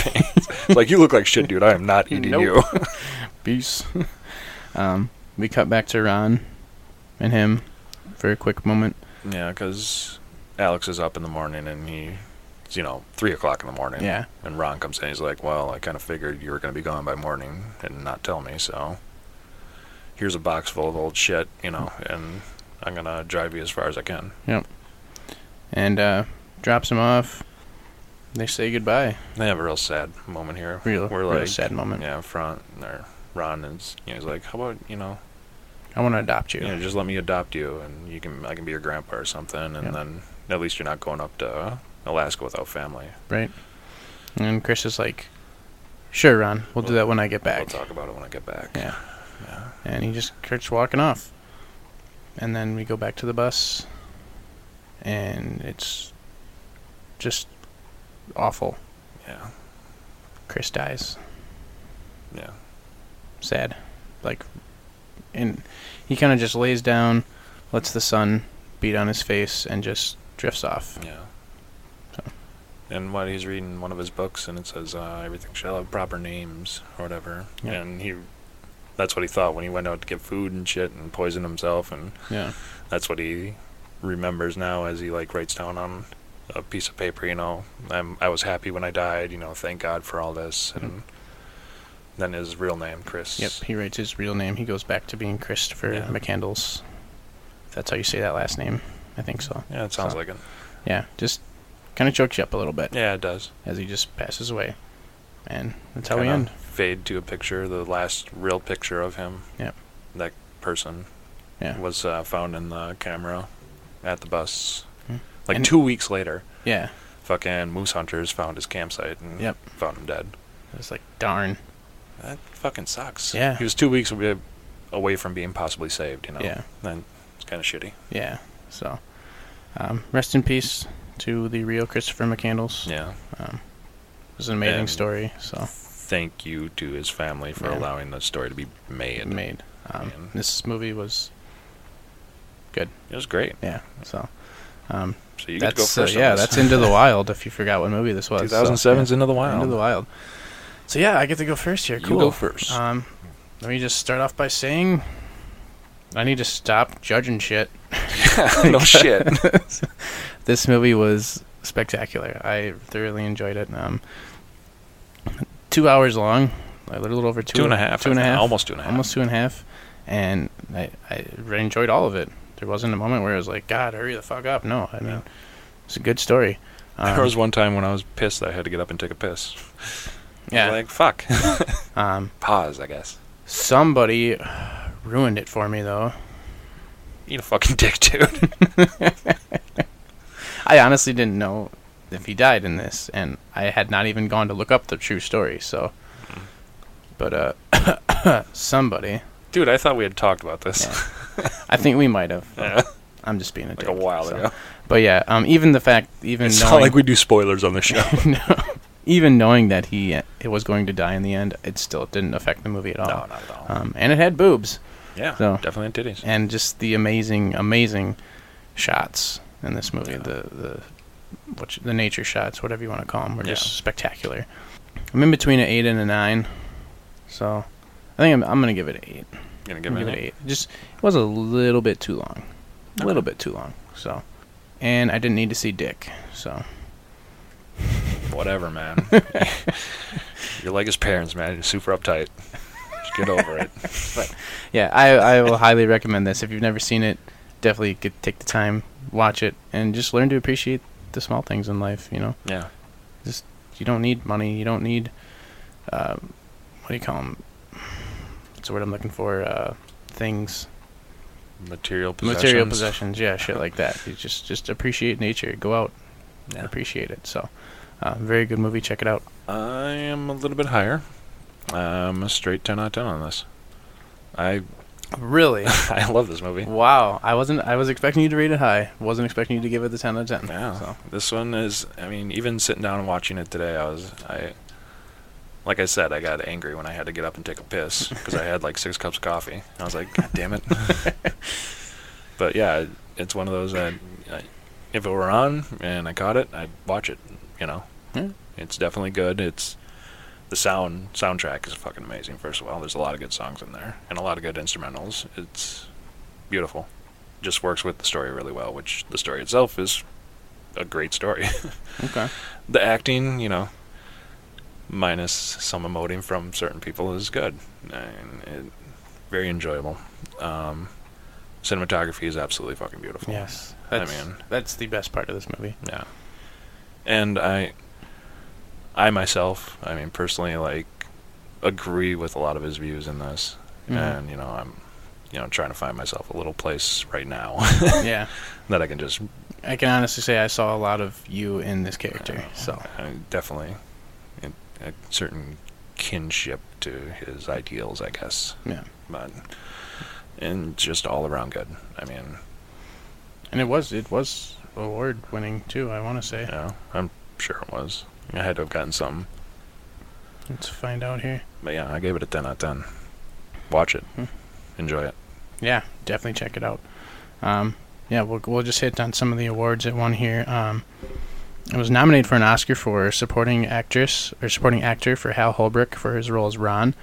S2: It's like you look like shit, dude. I am not eating
S3: Nope.
S2: you.
S3: Peace. um, we cut back to Ron and him for a quick moment.
S2: yeah, because Alex is up in the morning and he, it's, you know, three o'clock in the morning.
S3: Yeah.
S2: And Ron comes in. He's like, "Well, I kind of figured you were going to be gone by morning and not tell me, so here's a box full of old shit, you know, and I'm gonna drive you as far as I can."
S3: And uh, drops him off. They say goodbye.
S2: They have a real sad moment here.
S3: Real,
S2: We're
S3: real
S2: like,
S3: sad moment.
S2: yeah, front or Ron is, you know, he's like, "How about you know,
S3: I want to adopt you.
S2: you know, just let me adopt you, and you can, I can be your grandpa or something, and
S3: Yeah.
S2: then at least you're not going up to Alaska without family."
S3: Right. And Chris is like, sure, Ron, we'll do that when I get back.
S2: We'll talk about it when I get back.
S3: Yeah.
S2: Yeah.
S3: And he just starts walking off. And then we go back to the bus. And it's just awful.
S2: Yeah.
S3: Chris dies.
S2: Yeah.
S3: Sad. Like, and he kind of just lays down, lets the sun beat on his face, and just drifts off.
S2: Yeah.
S3: So.
S2: And while he's reading one of his books, and it says uh, everything shall have proper names or whatever,
S3: Yeah.
S2: and he. That's what he thought when he went out to get food and shit and poisoned himself and
S3: Yeah.
S2: that's what he remembers now as he like writes down on a piece of paper you know I'm, i was happy when i died you know thank god for all this and then his real name chris
S3: Mm-hmm. Yep, he writes his real name. He goes back to being Christopher
S2: Yeah.
S3: McCandles. That's how you say that last name. I think so.
S2: yeah it sounds
S3: So-
S2: like it
S3: Yeah, just kind of chokes you up a little bit
S2: yeah it does
S3: as he just passes away. And that's how we end.
S2: Kinda fade to a picture the last real picture of him
S3: Yep.
S2: that person
S3: Yeah.
S2: was uh, found in the camera at the bus
S3: Hmm.
S2: like
S3: And-
S2: two weeks later
S3: Yeah.
S2: fucking moose hunters found his campsite and
S3: Yep.
S2: found him dead
S3: It's like, darn.
S2: That fucking sucks.
S3: Yeah.
S2: He was two weeks away- away from being possibly saved, you know?
S3: Yeah.
S2: Then it's kind of shitty.
S3: Yeah. So, um, rest in peace to the real Christopher McCandles.
S2: Yeah.
S3: Um, it was an amazing
S2: And-
S3: story. So,
S2: Thank you to his family for
S3: Yeah.
S2: allowing the story to be made.
S3: it made. Um,
S2: Man.
S3: this movie was,
S2: It was great.
S3: yeah. So, um,
S2: So you get to go
S3: that's, uh,
S2: first. on
S3: yeah,
S2: this.
S3: that's Into the Wild if you forgot what movie this was. So,
S2: 2007's Into the
S3: Into
S2: Wild.
S3: the Wild. So yeah, I get to go first here.
S2: You
S3: Cool.
S2: go first.
S3: Um, let me just start off by saying, I need to stop judging shit.
S2: no shit.
S3: This movie was spectacular. I thoroughly enjoyed it. Um, two hours long, a little over two,
S2: Two and a half.
S3: two and a
S2: I think.
S3: half,
S2: Almost two and a half.
S3: almost two and a half, and I, I really enjoyed all of it. There wasn't a moment where I was like, God, hurry the fuck up. No, I mean,
S2: Yeah.
S3: it's a good story. Um,
S2: there was one time when I was pissed that I had to get up and take a piss. I
S3: yeah.
S2: was like, fuck.
S3: um,
S2: Pause, I guess.
S3: somebody ruined it for me though.
S2: Eat a fucking dick, dude.
S3: I honestly didn't know if he died in this, and I had not even gone to look up the true story. So, but uh, somebody,
S2: Dude, I thought we had talked about this
S3: I think we might have.
S2: Yeah.
S3: I'm just being a
S2: like
S3: dick.
S2: a while
S3: so.
S2: ago.
S3: But yeah, um, even the fact, even
S2: It's not
S3: knowing,
S2: like we do spoilers on the show.
S3: even knowing that he uh, it was going to die in the end, it still didn't affect the movie at all.
S2: no, not at all.
S3: Um, and it had boobs.
S2: yeah,
S3: so-
S2: definitely titties.
S3: and just the amazing, amazing shots in this movie. The the what the nature shots, whatever you want to call them, were just
S2: Yeah.
S3: spectacular. I'm in between an eight and a nine, so I think I'm, I'm gonna give it an eight.
S2: Gonna
S3: I'm
S2: give
S3: gonna
S2: it
S3: give
S2: an
S3: it an
S2: eight.
S3: eight. Just it was a little bit too long, a little bit too long. So, and I didn't need to see Dick. So
S2: Whatever, man. You're like his parents, man. You're super uptight. Just get over it.
S3: yeah, I I will highly recommend this. If you've never seen it, definitely get, take the time, watch it, and just learn to appreciate the small things in life. You know.
S2: Yeah.
S3: You don't need money. You don't need, uh, what do you call them? What's the word I'm looking for? Uh, things,
S2: Material possessions.
S3: material possessions. Yeah, shit like that. You just just appreciate nature. Go out,
S2: Yeah.
S3: appreciate it. So, uh, very good movie. Check it out.
S2: I am a little bit higher. I'm a straight 10 out of 10 on this. I
S3: Really?
S2: I love this movie.
S3: wow. I wasn't. I was expecting you to rate it high. Wasn't expecting you to give it the ten out of ten.
S2: Yeah.
S3: So,
S2: This one is I mean even sitting down and watching it today I was I like I said I got angry when I had to get up and take a piss because I had like 6 cups of coffee. I was like god damn it. but yeah, it- it's one of those that I, if it were on and I caught it, I'd watch it, you know.
S3: Yeah.
S2: It's definitely good. It's the sound soundtrack is fucking amazing first of all. There's a lot of good songs in there and a lot of good instrumentals. It's beautiful. Just works with the story really well, which the story itself is a great story.
S3: okay.
S2: the acting, you know, minus some emoting from certain people, is good. And it, very enjoyable. Um, cinematography is absolutely fucking beautiful.
S3: Yes.
S2: I
S3: That's,
S2: mean-
S3: that's the best part of this movie.
S2: Yeah. And I, I myself, I mean, personally, like, agree with a lot of his views in this.
S3: Mhm.
S2: And you know, I'm, you know, trying to find myself a little place right now
S3: yeah.
S2: that I can just
S3: I can honestly say I saw a lot of you in this character. So.
S2: I Uh, definitely a, a certain kinship to his ideals, I guess.
S3: Yeah.
S2: But and just all around good. I mean,
S3: And it was it was award winning too. I want to say.
S2: you know, I'm sure it was. I had to have gotten something.
S3: Let's find out here.
S2: But yeah, I gave it a 10 out of 10. Watch it.
S3: Hmm.
S2: Enjoy it.
S3: Yeah, definitely check it out. Um, yeah, we'll we'll just hit on some of the awards that won here. Um, it was nominated for an Oscar for supporting actress or supporting actor for Hal Holbrook for his role as Ron,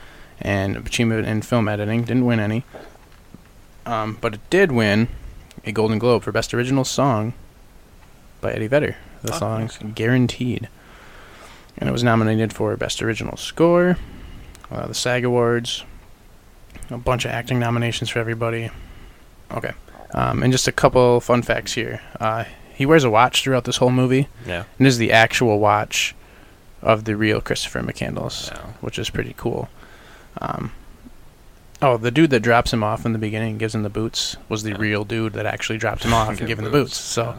S3: and achievement in film editing. Didn't win any, um, but it did win a Golden Globe for best original song by Eddie Vedder. The
S2: Oh,
S3: song
S2: nice.
S3: "Guaranteed," and it was nominated for best original score, uh, the SAG Awards, a bunch of acting nominations for everybody. Okay. Um, and just a couple fun facts here. Uh, he wears a watch throughout this whole movie,
S2: Yeah.
S3: and this is the actual watch of the real Christopher McCandless,
S2: Yeah.
S3: which is pretty cool. Um, oh, the dude that drops him off in the beginning and gives him the boots was the
S2: Yeah.
S3: real dude that actually dropped him off and gave him the boots. So,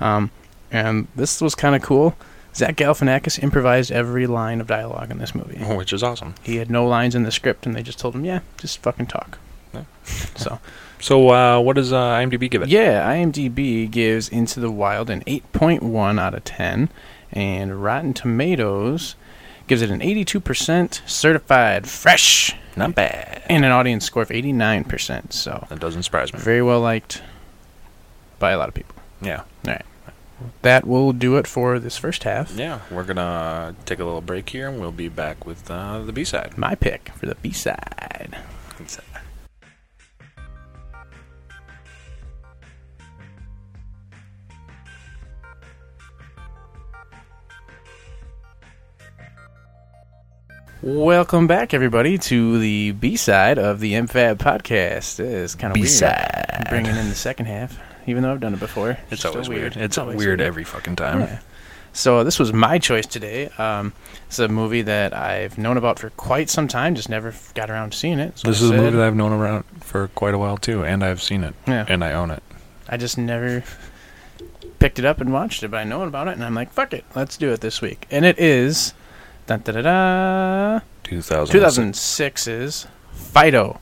S2: Yeah.
S3: um, and this was kind of cool. Zach Galifianakis improvised every line of dialogue in this movie.
S2: Which is awesome.
S3: He had no lines in the script, and they just told him, "Yeah, just fucking talk."
S2: Yeah.
S3: so
S2: So, uh, what does uh, IMDb give it?
S3: yeah, IMDb gives Into the Wild an 8.1 out of 10, and Rotten Tomatoes gives it an 82% certified fresh
S2: Not bad.
S3: and an audience score of 89%. So
S2: That doesn't surprise me.
S3: very well liked by a lot of people.
S2: Yeah.
S3: That will do it for this first half.
S2: Yeah. We're going to take a little break here and we'll be back with uh, the B side.
S3: My pick for the B side. Welcome back, everybody, to the B side of the MFAB podcast. It's kind of weird.
S2: B-side.
S3: Bringing in the second half, even though I've done it before.
S2: It's
S3: still
S2: always weird. It's,
S3: always
S2: weird every fucking time.
S3: Yeah. Um, So this was my choice today. Um, it's a movie that I've known about for quite some time, just never f- got around to seeing it. So
S2: This
S3: I
S2: is a movie
S3: said-
S2: that I've known around for quite a while too, and I've seen it,
S3: yeah,
S2: and I own it.
S3: I just never picked it up and watched it, but I know about it, and I'm like, fuck it, let's do it this week. And it is, dun, da, da, da,
S2: 2000.
S3: 2006's Fido,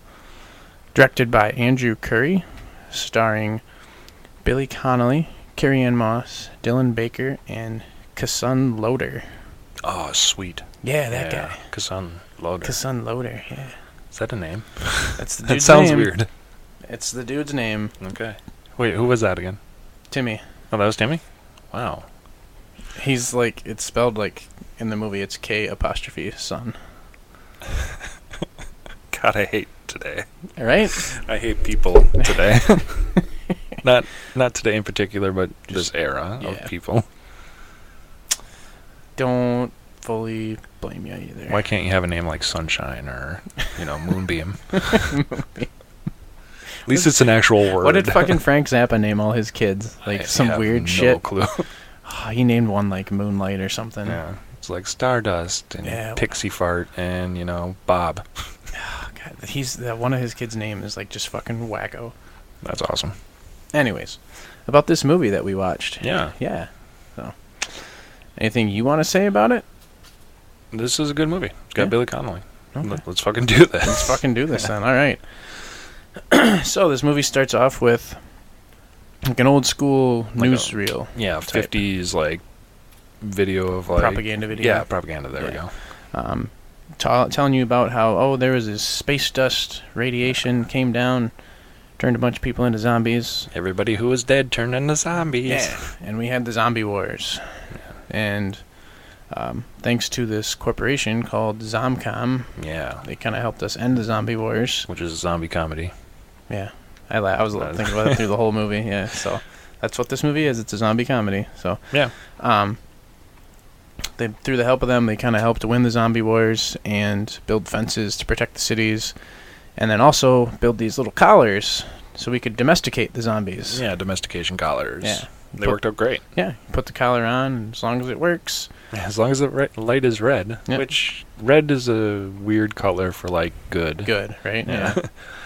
S3: directed by Andrew Curry, starring Billy Connolly, Carrie Ann Moss, Dylan Baker, and Kasun Loader.
S2: Oh, sweet.
S3: Yeah, that
S2: yeah.
S3: guy.
S2: Kasan Loader.
S3: Kasun Loader, yeah.
S2: Is that a name?
S3: That's the
S2: That
S3: dude's
S2: sounds
S3: name.
S2: weird.
S3: It's the dude's name,
S2: Okay. Wait, who was that again?
S3: Timmy.
S2: Oh, that was Timmy? Wow.
S3: He's like, it's spelled like in the movie, it's K apostrophe son.
S2: God, I hate today.
S3: All right?
S2: I hate people today. not not today in particular, but this era
S3: yeah.
S2: of people.
S3: Don't fully blame you either.
S2: Why can't you have a name like Sunshine or, you know, Moonbeam? At least it's an actual word.
S3: What did fucking Frank Zappa name all his kids? Like
S2: I
S3: some
S2: have
S3: weird
S2: no
S3: shit.
S2: clue.
S3: Ah, he named one like Moonlight or something.
S2: yeah. It's like Stardust and
S3: Yeah.
S2: Pixie Fart and, you know, Bob.
S3: Oh, God, he's that one of his kids' name is like just fucking wacko.
S2: That's awesome.
S3: Anyways, about this movie that we watched.
S2: Yeah.
S3: Yeah. So, anything you want to say about it?
S2: This is a good movie. It's got
S3: Yeah.
S2: Billy Connolly.
S3: Okay.
S2: Let, us fucking do this.
S3: Let's fucking do this then. All right. so this movie starts off with like an old school
S2: Like a
S3: newsreel
S2: Yeah,
S3: type.
S2: 50s, like, video of, like...
S3: propaganda video.
S2: Yeah, propaganda. There we
S3: Yeah.
S2: go.
S3: um, t- telling you about how oh there was this space dust radiation came down, turned a bunch of people into zombies.
S2: Everybody who was dead turned into zombies.
S3: Yeah, and we had the zombie wars, and um, thanks to this corporation called Zomcom,
S2: Yeah.
S3: they kind of helped us end the zombie wars.
S2: Which is a zombie comedy.
S3: Yeah, I la- I was
S2: Nice.
S3: thinking about it through the whole movie. Yeah, so that's what this movie is. It's a zombie comedy. So
S2: Yeah.
S3: um, they through the help of them, they kind of helped win the zombie wars and build fences to protect the cities, and then also build these little collars so we could domesticate the zombies.
S2: Yeah, domestication collars.
S3: Yeah.
S2: They
S3: Put-
S2: worked out great.
S3: Yeah, put the collar on, and as long as it works.
S2: As long as the ri- light is red,
S3: Yeah.
S2: which red is a weird color for like good.
S3: Good, right?
S2: Yeah.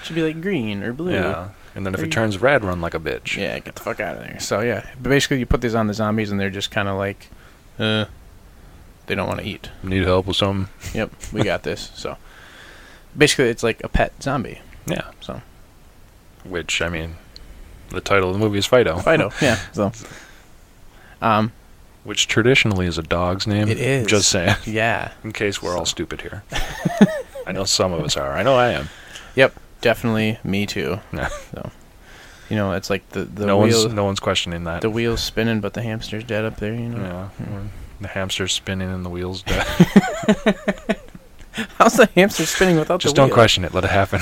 S3: Should be like green or blue.
S2: Yeah. And then if
S3: Are
S2: it
S3: you-
S2: turns red, run like a bitch.
S3: Yeah, get the fuck out of there. So yeah, but basically you put these on the zombies and they're just kind of like, uh, they don't want to eat.
S2: Need help with some?
S3: Yep, we got this. So basically it's like a pet zombie.
S2: Yeah.
S3: So
S2: Which I mean, the title of the movie is Fido,
S3: Fido, yeah. So um,
S2: which traditionally is a dog's name.
S3: It is.
S2: Just saying,
S3: yeah,
S2: in case we're all stupid here. I know some of us are. I know I am.
S3: definitely me too.
S2: Yeah.
S3: So you know, it's like the the
S2: no
S3: wheel
S2: one's no one's questioning that.
S3: the wheel's spinning, but the hamster's dead up there. You know,
S2: yeah.
S3: Hmm.
S2: The hamster's spinning and the wheels. dead.
S3: how's the hamster spinning without
S2: Just
S3: the
S2: don't
S3: wheel?
S2: question it. Let it happen.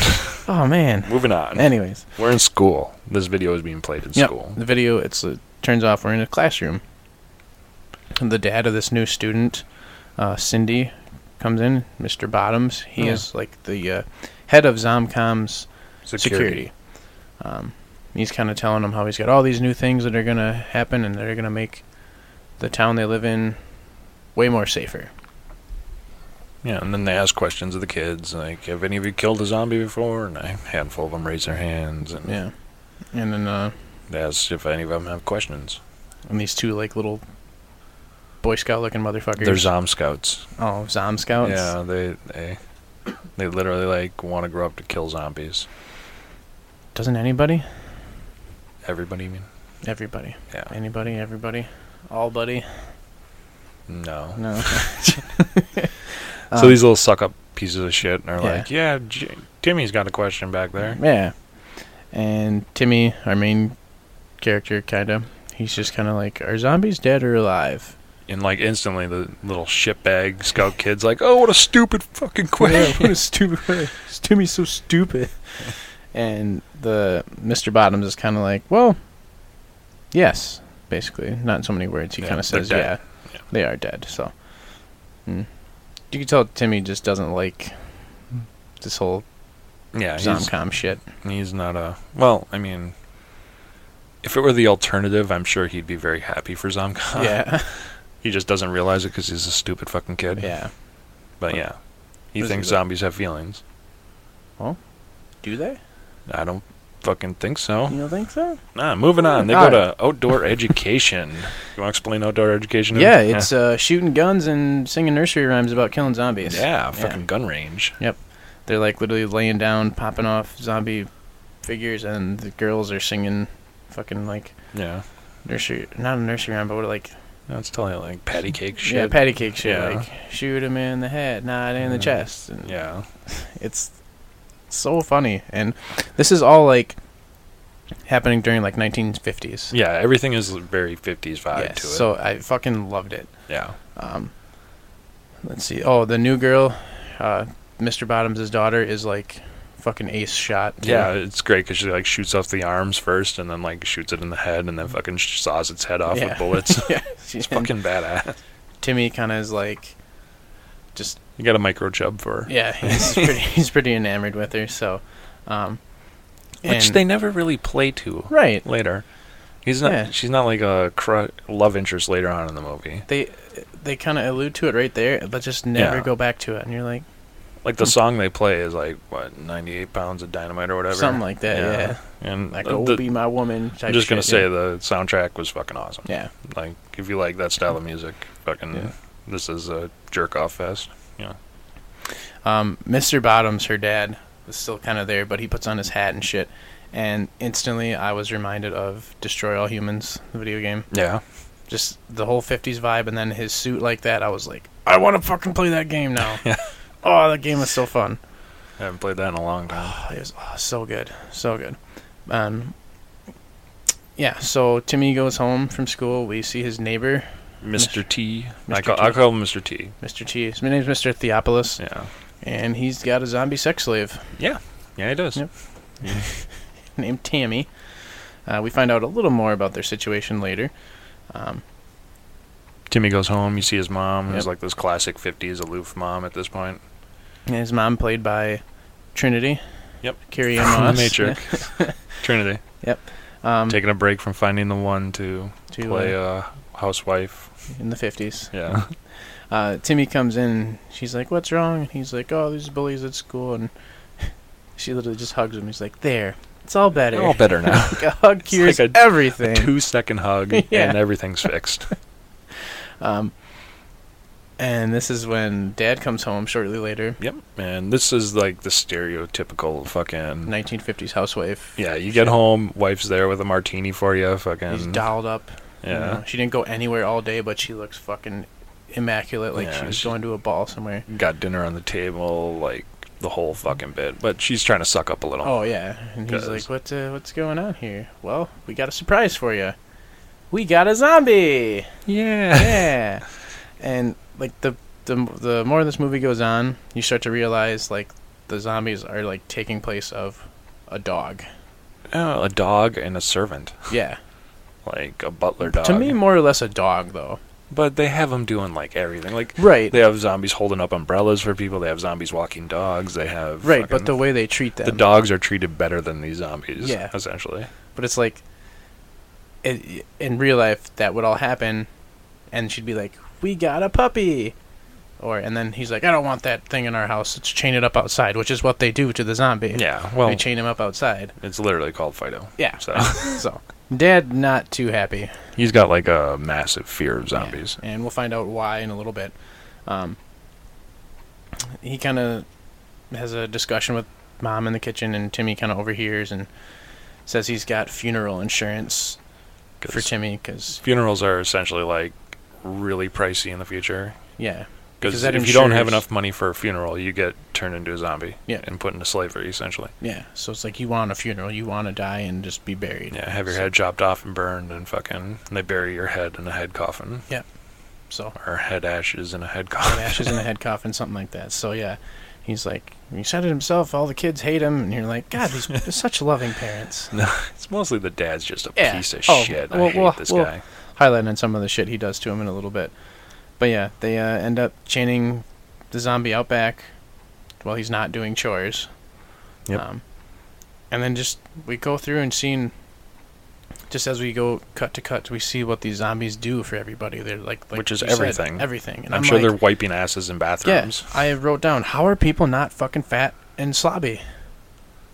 S3: Oh man.
S2: Moving on.
S3: Anyways,
S2: We're in school. This video is being played in
S3: Yep.
S2: school.
S3: The video it's it turns off. We're in a classroom. And the dad of this new student, uh, Cindy, comes in. Mr. Bottoms. He
S2: Yeah.
S3: is like the uh, head of Zomcom's security. Um, he's kind of telling them how he's got all these new things that are gonna happen and that are gonna make the town they live in way more safer.
S2: Yeah, and then they ask questions of the kids, like, "Have any of you killed a zombie before?" And a handful of them raise their hands, and
S3: Yeah. And then uh,
S2: they ask if any of them have questions.
S3: and these two like little Boy Scout looking motherfuckers.
S2: They're Zom Scouts.
S3: oh, Zom Scouts.
S2: Yeah, they they they literally like want to grow up to kill zombies.
S3: Doesn't anybody?
S2: Everybody, you mean?
S3: Everybody.
S2: Yeah.
S3: Anybody, everybody, all buddy.
S2: No.
S3: No. Um,
S2: so these little suck up pieces of shit are
S3: Yeah.
S2: like, "Yeah, J- Timmy's got a question back there."
S3: Yeah. And Timmy, our main character, kind of, he's just kind of like, are zombies dead or alive?
S2: And like instantly, the little shitbag scout kid's like, "Oh, what a stupid fucking question!"
S3: what a stupid way. Timmy's so stupid. And the Mr. Bottoms is kind of like, well, yes, basically. Not in so many words. He
S2: Yeah,
S3: kind
S2: they're
S3: of says, yeah,
S2: dead. Yeah.
S3: they are dead. So Mm. you can tell Timmy just doesn't like this whole
S2: Yeah, he's
S3: Zomcom shit.
S2: He's not a well. I mean, if it were the alternative, I'm sure he'd be very happy for Zomcon.
S3: yeah.
S2: he just doesn't realize it because he's a stupid fucking kid.
S3: yeah.
S2: but yeah, he
S3: Isn't
S2: thinks
S3: it?
S2: zombies have feelings.
S3: Do they?
S2: I don't. fucking think so.
S3: You don't think so?
S2: Nah, moving on. They
S3: All
S2: go to outdoor education. You want to explain outdoor education?
S3: Yeah, it's uh, shooting guns and singing nursery rhymes about killing zombies.
S2: yeah, fucking gun range.
S3: They're like literally laying down, popping off zombie figures, and the girls are singing fucking like
S2: Yeah,
S3: nursery, not a nursery rhyme, but what, like
S2: no, it's totally like patty cake shit.
S3: yeah, patty cake shit.
S2: Yeah.
S3: Like shoot him in the head, not in the
S2: Yeah.
S3: chest. And
S2: yeah.
S3: it's so funny, and this is all like happening during like 1950s.
S2: Yeah, everything is very 50s vibe
S3: Yes,
S2: to it.
S3: so I fucking loved it.
S2: yeah.
S3: Um, let's see. Oh, the new girl, uh, Mr. Bottoms' daughter, is like fucking ace shot. too.
S2: Yeah, it's great because she like shoots off the arms first, and then like shoots it in the head, and then fucking sh- saws its head off
S3: Mm. Yeah.
S2: with bullets.
S3: yeah. She's
S2: it's fucking badass.
S3: Timmy kind of is like, just
S2: You got a micro chub for her,
S3: yeah. He's pretty. He's pretty enamored with her. So, um,
S2: which
S3: and-
S2: they never really play to
S3: right.
S2: later. He's not.
S3: Yeah.
S2: She's not like a cru- love interest later on in the movie.
S3: They they kind of allude to it right there, but just never
S2: Yeah.
S3: go back to it. And you're like
S2: Like the song they play is like what 98 pounds of dynamite or whatever,
S3: something like that. Yeah.
S2: And
S3: Like,
S2: the-
S3: oh,
S2: Uh, the-
S3: be my woman.
S2: I'm
S3: type
S2: just gonna
S3: shit,
S2: say
S3: yeah.
S2: the soundtrack was fucking awesome.
S3: Yeah.
S2: Like if you like that style of music, fucking
S3: Yeah.
S2: this is a jerk off fest.
S3: Um, Mr. Bottoms, her dad, was still kind of there, but he puts on his hat and shit. And instantly, I was reminded of Destroy All Humans, the video game.
S2: Yeah.
S3: Just the whole 50s vibe, and then his suit like that. I was like, I want to fucking play that game now.
S2: Yeah.
S3: Oh, that game was so fun.
S2: I haven't played that in a long time.
S3: Oh, it was oh, so good. So good. Um, yeah, so Timmy goes home from school. We see his neighbor,
S2: Mr. T. I
S3: Mr.
S2: call,
S3: T.
S2: I call him Mr. T.
S3: Mr. T. His name's Mr. Theopolis,
S2: Yeah.
S3: and he's got a zombie sex slave.
S2: Yeah, he does.
S3: Yep. named Tammy. Uh, we find out a little more about their situation later. Um,
S2: Timmy goes home. You see his mom, who's
S3: Yep.
S2: like this classic 50s aloof mom at this point.
S3: and his mom, played by Trinity.
S2: Yep.
S3: Carrie Ann
S2: From
S3: Moss.
S2: the Matrix. Trinity.
S3: Um,
S2: Taking a break from finding the one to
S3: to, uh,
S2: play a housewife.
S3: in the 50s.
S2: Yeah.
S3: Uh, Timmy comes in. She's like, What's wrong? And he's like, Oh, there's bullies at school. And she literally just hugs him. He's like, There. It's all better.
S2: All better now.
S3: Like, a hug cures
S2: Oh. like
S3: everything.
S2: Two second hug,
S3: Yeah.
S2: and everything's fixed.
S3: um, and this is when dad comes home shortly later.
S2: yep. And this is like the stereotypical fucking.
S3: 1950s housewife.
S2: Yeah, you get
S3: Shit.
S2: home, wife's there with a martini for you.
S3: He's
S2: Fucking.
S3: dolled up. You know,
S2: yeah.
S3: she didn't go anywhere all day, but she looks fucking immaculate, like she
S2: Yeah,
S3: was
S2: she-
S3: going to a ball somewhere.
S2: Got dinner on the table, like the whole fucking bit. But she's trying to suck up a little.
S3: Oh yeah, and he's
S2: Cause-
S3: like, "What? Uh, what's going on here?" Well, we got a surprise for you. We got a zombie.
S2: Yeah.
S3: Yeah, and like the the the more this movie goes on, you start to realize like the zombies are like taking place of a dog.
S2: Oh, a dog and a servant,
S3: Yeah,
S2: like a butler dog.
S3: to me, more or less a dog though.
S2: but they have them doing like everything. Like
S3: Right,
S2: they have zombies holding up umbrellas for people. They have zombies walking dogs. They have
S3: right, but the
S2: fucking-
S3: way they treat them,
S2: the dogs are treated better than these zombies.
S3: Yeah.
S2: essentially.
S3: But it's like, it, in real life, that would all happen, and she'd be like, "We got a puppy," or and then he's like, "I don't want that thing in our house. Let's chain it up outside," which is what they do to the zombie.
S2: Yeah.
S3: well,
S2: Well,
S3: they chain him up outside.
S2: it's literally called Fido.
S3: Yeah.
S2: So
S3: so, Dad not too happy,
S2: he's got like a massive fear of zombies.
S3: Yeah, and we'll find out why in a little bit. Um, he kind of has a discussion with mom in the kitchen, and Timmy kind of overhears and says he's got funeral insurance
S2: 'cause
S3: for Timmy because
S2: funerals are essentially like really pricey in the future.
S3: yeah, Because
S2: Because
S3: that
S2: if you don't have
S3: ensures-
S2: enough money for a funeral, you get turned into a zombie
S3: Yeah.
S2: and put into slavery, essentially.
S3: Yeah, so it's like you want a funeral, you want to die and just be buried.
S2: Yeah, have your head chopped off and burned, and fucking, and they bury your head in a head coffin,
S3: So
S2: or head ashes in a head
S3: put
S2: coffin.
S3: ashes in a head coffin, something like that. So yeah, he's like, he said it himself. All the kids hate him, and you're like, God, these they're such loving parents.
S2: it's mostly the dad's just a
S3: Yeah.
S2: piece of
S3: Oh,
S2: shit.
S3: well,
S2: I hate
S3: well,
S2: this
S3: well.
S2: guy.
S3: Highlighting some of the shit he does to him in a little bit. But yeah, they uh, end up chaining the zombie out back while he's not doing chores.
S2: Yep.
S3: Um, and then just we go through and seeing. Just as we go cut to cut, we see what these zombies do for everybody. They're like, like
S2: Which is
S3: you said,
S2: everything.
S3: everything. And
S2: I'm, sure
S3: like,
S2: they're wiping asses in
S3: Yeah,
S2: bathrooms.
S3: I wrote down how are people not fucking fat and slobby?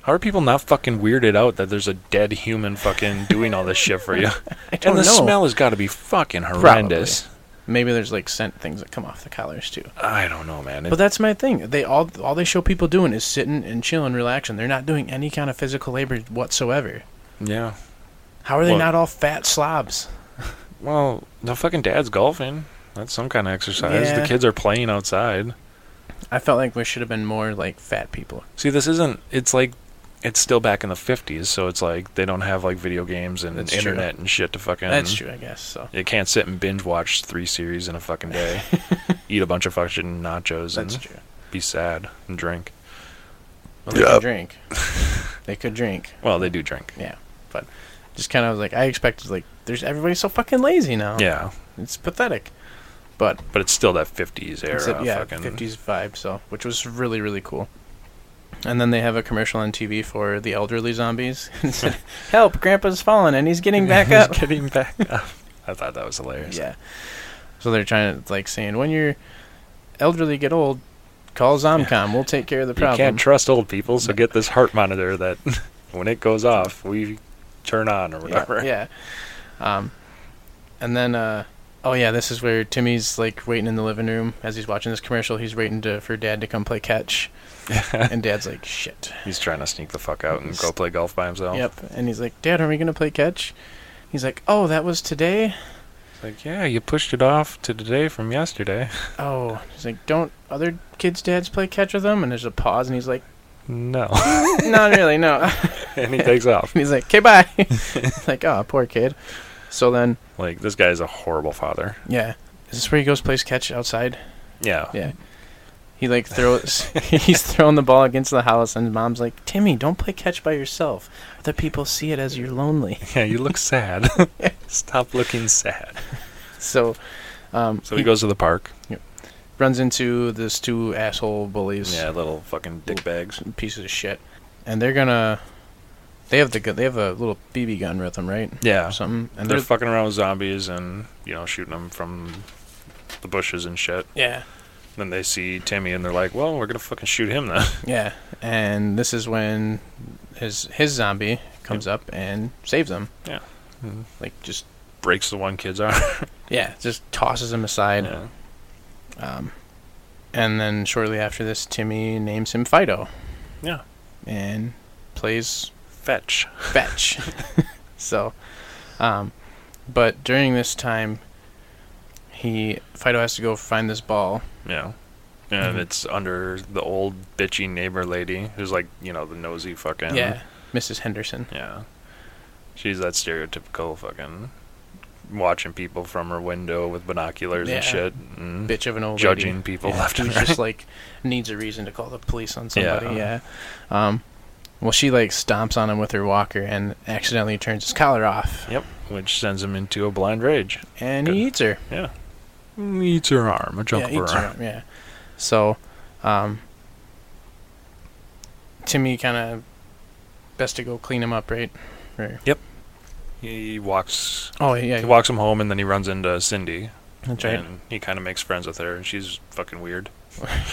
S2: How are people not fucking weirded out that there's a dead human fucking doing all this shit for you?
S3: I don't
S2: and the
S3: know.
S2: smell has got to be fucking horrendous.
S3: Maybe there's like scent things that come off the collars too.
S2: I don't know, man. It-
S3: But that's my thing. They all all they show people doing is sitting and chilling, relaxing. They're not doing any kind of physical labor whatsoever.
S2: yeah.
S3: How are they
S2: Well-
S3: not all fat slobs?
S2: Well, the fucking dad's golfing. That's some kind of exercise.
S3: Yeah.
S2: The kids are playing outside.
S3: I felt like we should have been more like fat people.
S2: See, this isn't. It's like it's still back in the '50s, so it's like they don't have like video games and
S3: That's true.
S2: internet and shit to fucking.
S3: That's true, I guess. So
S2: You can't sit and binge watch three series in a fucking day, eat a bunch of fucking nachos,
S3: that's
S2: and
S3: true.
S2: be sad and drink.
S3: Well, they
S2: Yeah.
S3: could drink. they could drink.
S2: Well, they do drink.
S3: Just kind of like I expected. Like there's everybody's so fucking lazy now.
S2: Yeah,
S3: it's pathetic.
S2: but it's still that '50s era.
S3: It's a- yeah,
S2: uh, fucking,
S3: 50s vibe. So which was really really cool. And then they have a commercial on TV for the elderly zombies. It said, Help! Grandpa's fallen and he's getting back up.
S2: Getting back up. I thought that was hilarious.
S3: Yeah. So they're trying to like saying when you're elderly get old, call Zomcom. We'll take care of the
S2: You
S3: problem.
S2: can't trust old people, so get this heart monitor that when it goes off, we turn on or whatever.
S3: Yeah. yeah. Um, and then uh, oh yeah, this is where Timmy's like waiting in the living room as he's watching this commercial. He's waiting to, for Dad to come play catch, and Dad's like shit.
S2: He's trying to sneak the fuck out and go play golf by himself.
S3: Yep. And he's like, Dad, are we gonna play catch? He's like, Oh, that was today.
S2: It's like, yeah, you pushed it off to today from yesterday.
S3: Oh, he's like, don't other kids' dads play catch with them? And there's a pause, and he's like,
S2: No.
S3: Not really, no.
S2: and he takes off.
S3: And he's like, okay, bye. like, oh, poor kid. So then,
S2: Like, this guy's a horrible father.
S3: yeah. Is this where he goes plays catch outside?
S2: Yeah.
S3: Yeah. He like throws, he's throwing the ball against the house, and mom's like, Timmy, don't play catch by yourself. Other people see it as you're lonely.
S2: Yeah, you look sad. Stop looking sad.
S3: So, um,
S2: So he goes to the park.
S3: runs into this two asshole bullies,
S2: Yeah, little fucking dick bags.
S3: pieces of shit, and they're gonna, they have the gun, they have a little BB gun with them, right?
S2: Yeah.
S3: Or something, and
S2: And
S3: they're,
S2: they're fucking around with zombies and, you know, shooting them from the bushes and shit.
S3: yeah,
S2: Then they see Timmy and they're like, well, we're going to fucking shoot him then.
S3: yeah, and this is when his his zombie comes up and saves them. like just
S2: breaks the one kid's arm.
S3: yeah, just tosses him aside.
S2: Yeah.
S3: Um, and then shortly after this, Timmy names him Fido.
S2: Yeah.
S3: and plays
S2: Fetch.
S3: fetch. so, um, but during this time, he Fido has to go find this ball.
S2: Yeah. And
S3: Mhm.
S2: it's under the old bitchy neighbor lady who's like, you know, the nosy fucking.
S3: Yeah, Mrs. Henderson.
S2: Yeah. She's that stereotypical fucking watching people from her window with binoculars and
S3: Yeah.
S2: shit. And
S3: Bitch of an old lady.
S2: judging people
S3: Yeah,
S2: left and
S3: who's
S2: right.
S3: just like needs a reason to call the police on somebody. Yeah.
S2: Yeah.
S3: Um, well, she like stomps on him with her walker and accidentally turns his collar off,
S2: Yep. Which sends him into a blind rage.
S3: and
S2: Good.
S3: he eats her.
S2: Eats her arm, a chunk
S3: yeah,
S2: of
S3: eats
S2: her
S3: her
S2: arm.
S3: arm, Yeah. So, um, Timmy kind of best to go clean him up, right? Right.
S2: He walks.
S3: Oh yeah,
S2: He
S3: yeah,
S2: walks him home and then he runs into Cindy
S3: that's right.
S2: and he kind of makes friends with her and she's fucking weird.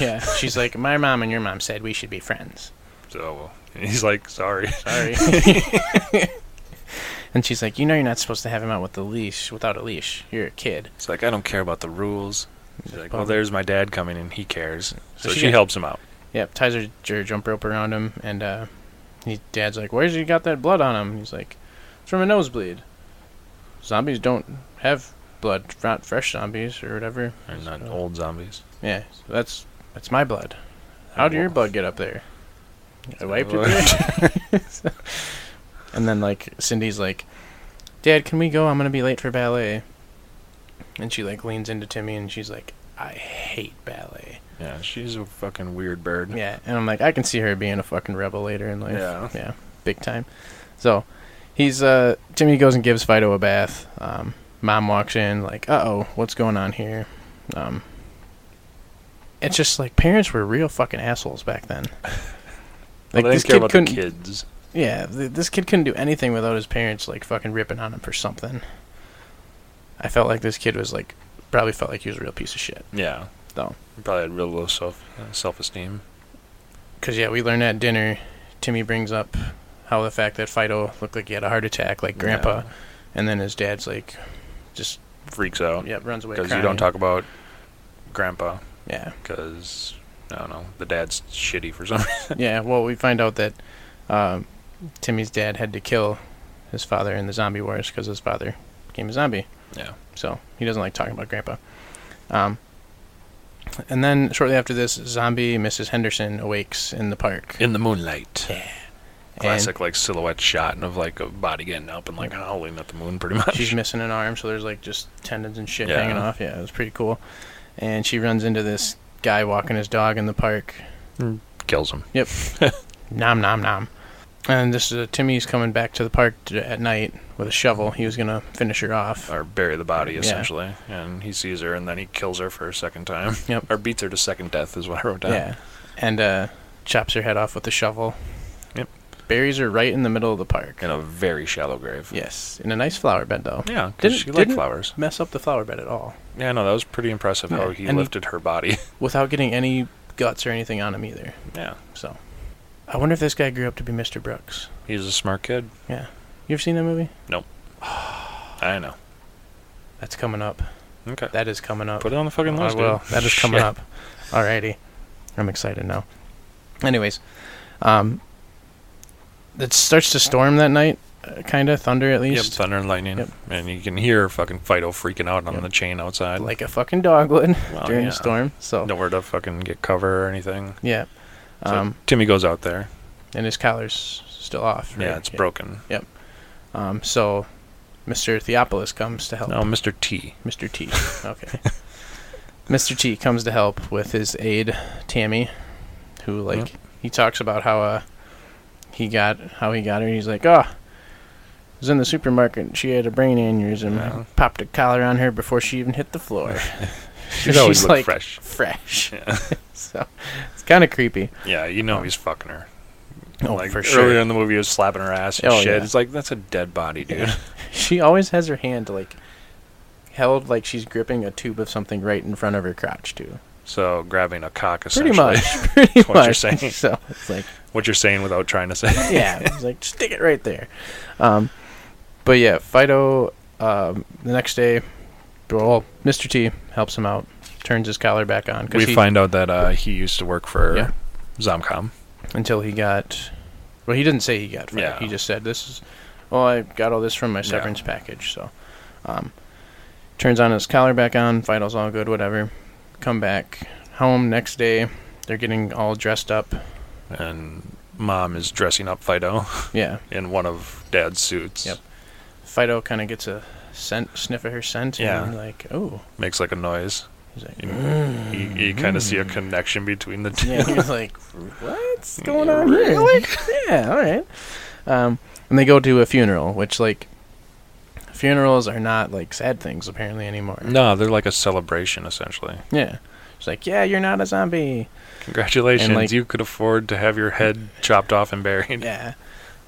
S3: Yeah, she's like, my mom and your mom said we should be friends.
S2: So he's like, sorry.
S3: Sorry. and she's like, you know, you're not supposed to have him out with the leash, without a leash. You're a kid.
S2: It's like I don't care about the rules. She's like, well,
S3: Bummer.
S2: there's my dad coming and he cares,
S3: So
S2: so,
S3: she
S2: she,
S3: got-
S2: helps him out.
S3: Yep. Ties her, her jump rope around him, and uh, he dad's like, where's he got that blood on him? And he's like, it's from a nosebleed. Zombies don't have blood, not fresh zombies or whatever.
S2: And not
S3: So-
S2: old zombies.
S3: Yeah, so that's that's my blood. How did your blood get up there? I wiped it. there. and then like Cindy's like, Dad, can we go? I'm gonna be late for ballet. And she like leans into Timmy and she's like, I hate ballet.
S2: Yeah, she's a fucking weird bird.
S3: Yeah, and I'm like, I can see her being a fucking rebel later in life.
S2: Yeah.
S3: yeah, big time. So he's uh Timmy goes and gives Fido a bath. Um, Mom walks in like, uh oh, what's going on here? Um, it's just like parents were real fucking assholes back then.
S2: Well,
S3: Like
S2: they
S3: this
S2: didn't care
S3: kid
S2: about the
S3: couldn't.
S2: kids.
S3: Yeah, th- this kid couldn't do anything without his parents like fucking ripping on him for something. I felt like this kid was like probably felt like he was a real piece of shit.
S2: Yeah.
S3: No.
S2: He Probably had real low self uh, self esteem.
S3: Cause yeah, we learned at dinner Timmy brings up how the fact that Fido looked like he had a heart attack, like Grandpa, and then his dad's like, just
S2: Freaks out
S3: yep, runs away.
S2: because you
S3: crying.
S2: don't talk about grandpa
S3: Yeah,
S2: because I don't know the dad's shitty for some. reason.
S3: yeah. Well, we find out that um, Timmy's dad had to kill his father in the zombie wars because his father became a zombie.
S2: Yeah.
S3: So he doesn't like talking about Grandpa. Um, and then shortly after this, zombie Mrs. Henderson awakes in the park.
S2: In the moonlight.
S3: Yeah.
S2: Classic like silhouette shot of like a body getting up and like howling at the moon pretty much.
S3: she's missing an arm, so there's like just tendons and shit
S2: Yeah.
S3: hanging off. Yeah, it was pretty cool. And she runs into this guy walking his dog in the park.
S2: Kills him.
S3: Nom nom nom. And this is Timmy's coming back to the park t- at night with a shovel. He was gonna finish her off.
S2: Or bury the body
S3: Yeah.
S2: essentially. And he sees her and then he kills her for a second time.
S3: Yep.
S2: Or beats her to second death is what I wrote down.
S3: Yeah. And uh, chops her head off with the shovel.
S2: Yep.
S3: Buries her right in the middle of the park.
S2: In a very shallow grave.
S3: Yes, in a nice flower bed though.
S2: Yeah, 'cause
S3: Didn't-
S2: she liked
S3: didn't-
S2: flowers.
S3: Mess up the flower bed at all,
S2: Yeah, no, that was pretty impressive how
S3: Yeah,
S2: he
S3: and he-
S2: lifted her body.
S3: without getting any guts or anything on him either.
S2: yeah.
S3: So, I wonder if this guy grew up to be Mr. Brooks.
S2: He's a smart kid.
S3: You ever seen that movie?
S2: I know.
S3: That's coming up.
S2: Okay.
S3: That is coming up.
S2: Put it on the fucking
S3: I
S2: list,
S3: will.
S2: dude.
S3: That is coming
S2: Shit.
S3: up. Alrighty. I'm excited now. Anyways, um, it starts to storm that night, uh, kind of thunder at
S2: Yep,
S3: least,
S2: thunder and lightning.
S3: Yep.
S2: And you can hear fucking Fido freaking out on
S3: Yep.
S2: the chain outside.
S3: like a fucking dog would
S2: Well,
S3: during
S2: Oh, yeah.
S3: a storm. So
S2: Nowhere to fucking get cover or anything.
S3: yeah,
S2: So
S3: um,
S2: Timmy goes out there.
S3: and his collar's still off. right?
S2: Yeah, it's broken.
S3: Um, so Mr. Theopolis comes to help.
S2: No, Mr. T.
S3: Mr. T. Okay. Mr. T comes to help with his aide Tammy, who like he talks about how uh he got how he got her. He's like, oh, I was in the supermarket. and She had a brain aneurysm.
S2: Yeah.
S3: I popped a collar on her before she even hit the floor.
S2: She's always
S3: like
S2: looked fresh.
S3: fresh.
S2: Yeah.
S3: so it's kind of creepy.
S2: yeah, you know he's fucking her.
S3: Um, Oh,
S2: like,
S3: for
S2: Earlier
S3: sure.
S2: in the movie, he was slapping her ass and
S3: Oh,
S2: shit.
S3: yeah.
S2: It's like, that's a dead body, dude.
S3: Yeah. She always has her hand like held like she's gripping a tube of something right in front of her crotch too.
S2: So, grabbing a cock, essentially.
S3: Pretty much. Pretty
S2: what you're
S3: much.
S2: saying.
S3: So it's like.
S2: What you're saying without trying to say.
S3: yeah, it's like stick it right there. Um, but yeah, Fido. Um, the next day, well, Mr. T helps him out, turns his collar back on
S2: we
S3: because
S2: find out that uh, he used to work for
S3: Yeah.
S2: Zomcom.
S3: until he got. Well, he didn't say he got fired.
S2: Yeah.
S3: He just said this is. Well, I got all this from my
S2: Yeah.
S3: severance package, so. Um, turns on his collar back on. Fido's all good, whatever. Come back home next day. They're getting all dressed up.
S2: And mom is dressing up Fido
S3: Yeah.
S2: in one of dad's suits.
S3: Yep. Fido kind of gets a scent, sniff of her scent,
S2: Yeah.
S3: and like, oh,
S2: Makes like a noise.
S3: he's like,
S2: You, you, kind of
S3: Mm.
S2: see a connection between the two.
S3: Mm-hmm. Yeah, he was like, "What's going on here?" yeah, all right. Um, and they go to a funeral, which like funerals are not like sad things apparently anymore.
S2: No, they're like a celebration essentially.
S3: Yeah, it's like, "Yeah, you're not a zombie."
S2: Congratulations,
S3: And, like-
S2: you could afford to have your head chopped off and buried.
S3: Yeah,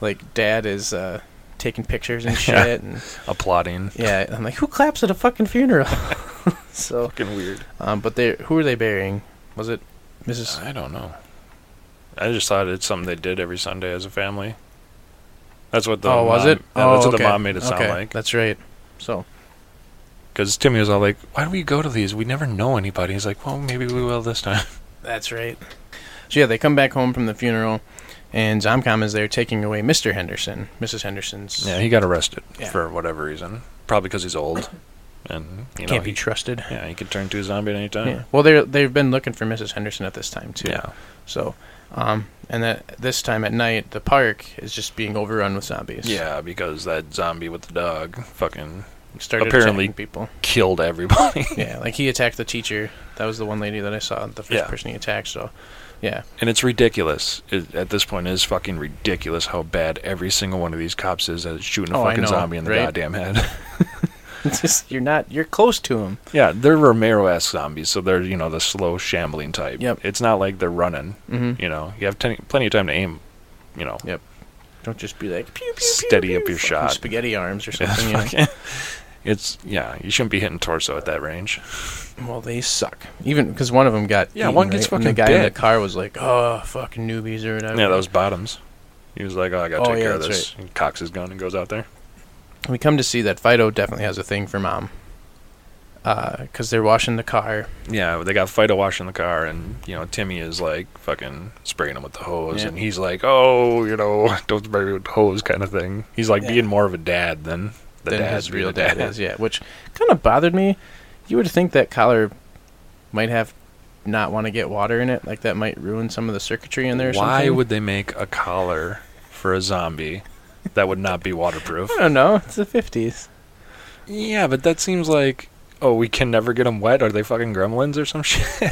S3: like dad is uh, taking pictures and
S2: Yeah.
S3: shit, and
S2: Applauding.
S3: yeah, I'm like, "Who claps at a fucking funeral?" so,
S2: Fucking weird.
S3: um, but they who are they burying? Was it Mrs.
S2: I don't know. I just thought it's something they did every Sunday as a family. That's what the
S3: oh, was
S2: mom-
S3: it?
S2: yeah,
S3: oh,
S2: that's what
S3: okay.
S2: the mom made it sound
S3: okay.
S2: like.
S3: That's right. So,
S2: Because Timmy was all like, "Why do we go to these? We never know anybody." He's like, "Well, maybe we will this time."
S3: That's right. So yeah, they come back home from the funeral, and Zomcom is there taking away Mr. Henderson, Mrs. Henderson's.
S2: yeah, he got arrested
S3: Yeah.
S2: for whatever reason. Probably because he's old, and you know,
S3: can't be
S2: he,
S3: trusted.
S2: yeah, he could turn to a zombie at any time.
S3: Yeah. Well, they they've been looking for Mrs. Henderson at this time too.
S2: Yeah.
S3: So, um, and that this time at night, the park is just being overrun with zombies.
S2: Yeah, because that zombie with the dog fucking
S3: Started
S2: Apparently-
S3: attacking people.
S2: killed everybody.
S3: yeah, like he attacked the teacher. That was the one lady that I saw the first
S2: Yeah.
S3: person he attacked. So, yeah,
S2: and it's ridiculous. It, at this point, it is fucking ridiculous how bad every single one of these cops is at shooting a
S3: Oh, I
S2: fucking
S3: know,
S2: zombie in the
S3: right?
S2: goddamn head.
S3: just you're not you're close to him.
S2: yeah, they're Romero-esque zombies, so they're, you know, the slow, shambling type.
S3: Yep.
S2: It's not like they're running.
S3: hmm
S2: You know, you have ten- plenty of time to aim, you know,
S3: Yep. Don't just be like pew, pew, pew,
S2: steady up
S3: pew,
S2: your
S3: fucking
S2: shot.
S3: spaghetti arms or
S2: Yeah,
S3: something. you know?
S2: fucking- It's yeah, you shouldn't be hitting torso at that range.
S3: Well, they suck. Even because one of them got
S2: Yeah,
S3: eaten,
S2: one gets
S3: right? And the
S2: fucking
S3: guy in the
S2: dead.
S3: car was like, "Oh, fucking newbies or whatever."
S2: Yeah, those bottoms. He was like, "Oh, I gotta
S3: Oh,
S2: take
S3: yeah,
S2: care of
S3: that's
S2: this." And cocks his gun and goes out there.
S3: we come to see that Fido definitely has a thing for mom. Because they're washing the car.
S2: Yeah, they got Fido washing the car, and you know Timmy is like fucking spraying him with the hose,
S3: Yeah.
S2: and he's like, "Oh, you know, don't spray me with the hose," kind of thing. He's like
S3: Yeah.
S2: being more of a dad than the
S3: than
S2: dad,
S3: his
S2: being
S3: real
S2: a
S3: dad, is, yeah. Which kind of bothered me. You would think that collar might have not want to get water in it. Like that might ruin some of the circuitry in there or
S2: Why
S3: something.
S2: would they make a collar for a zombie that would not be waterproof?
S3: I don't know. It's the 50s.
S2: yeah, but that seems like oh, we can never get them wet. Are they fucking gremlins or some shit?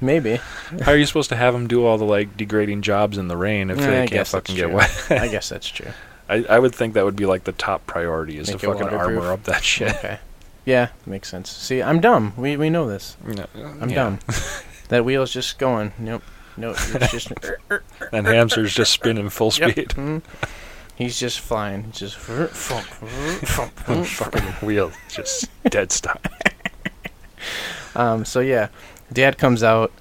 S3: Maybe.
S2: How are you supposed to have them do all the like degrading jobs in the rain if
S3: Yeah, I
S2: they can't
S3: guess that's
S2: fucking get
S3: true.
S2: wet?
S3: I guess that's true.
S2: I, I would think that would be like the top priority is
S3: Make
S2: to
S3: it
S2: fucking
S3: waterproof.
S2: armor up that shit.
S3: Okay. Yeah, makes sense. See, I'm dumb. We we know this.
S2: No,
S3: I'm
S2: yeah.
S3: dumb. that wheel's just going. Nope. Nope. It's just.
S2: And hamster's just spinning full
S3: Yep.
S2: speed.
S3: Mhm. He's just flying. Just.
S2: fucking wheel just dead stop.
S3: Um, so yeah, Dad comes out.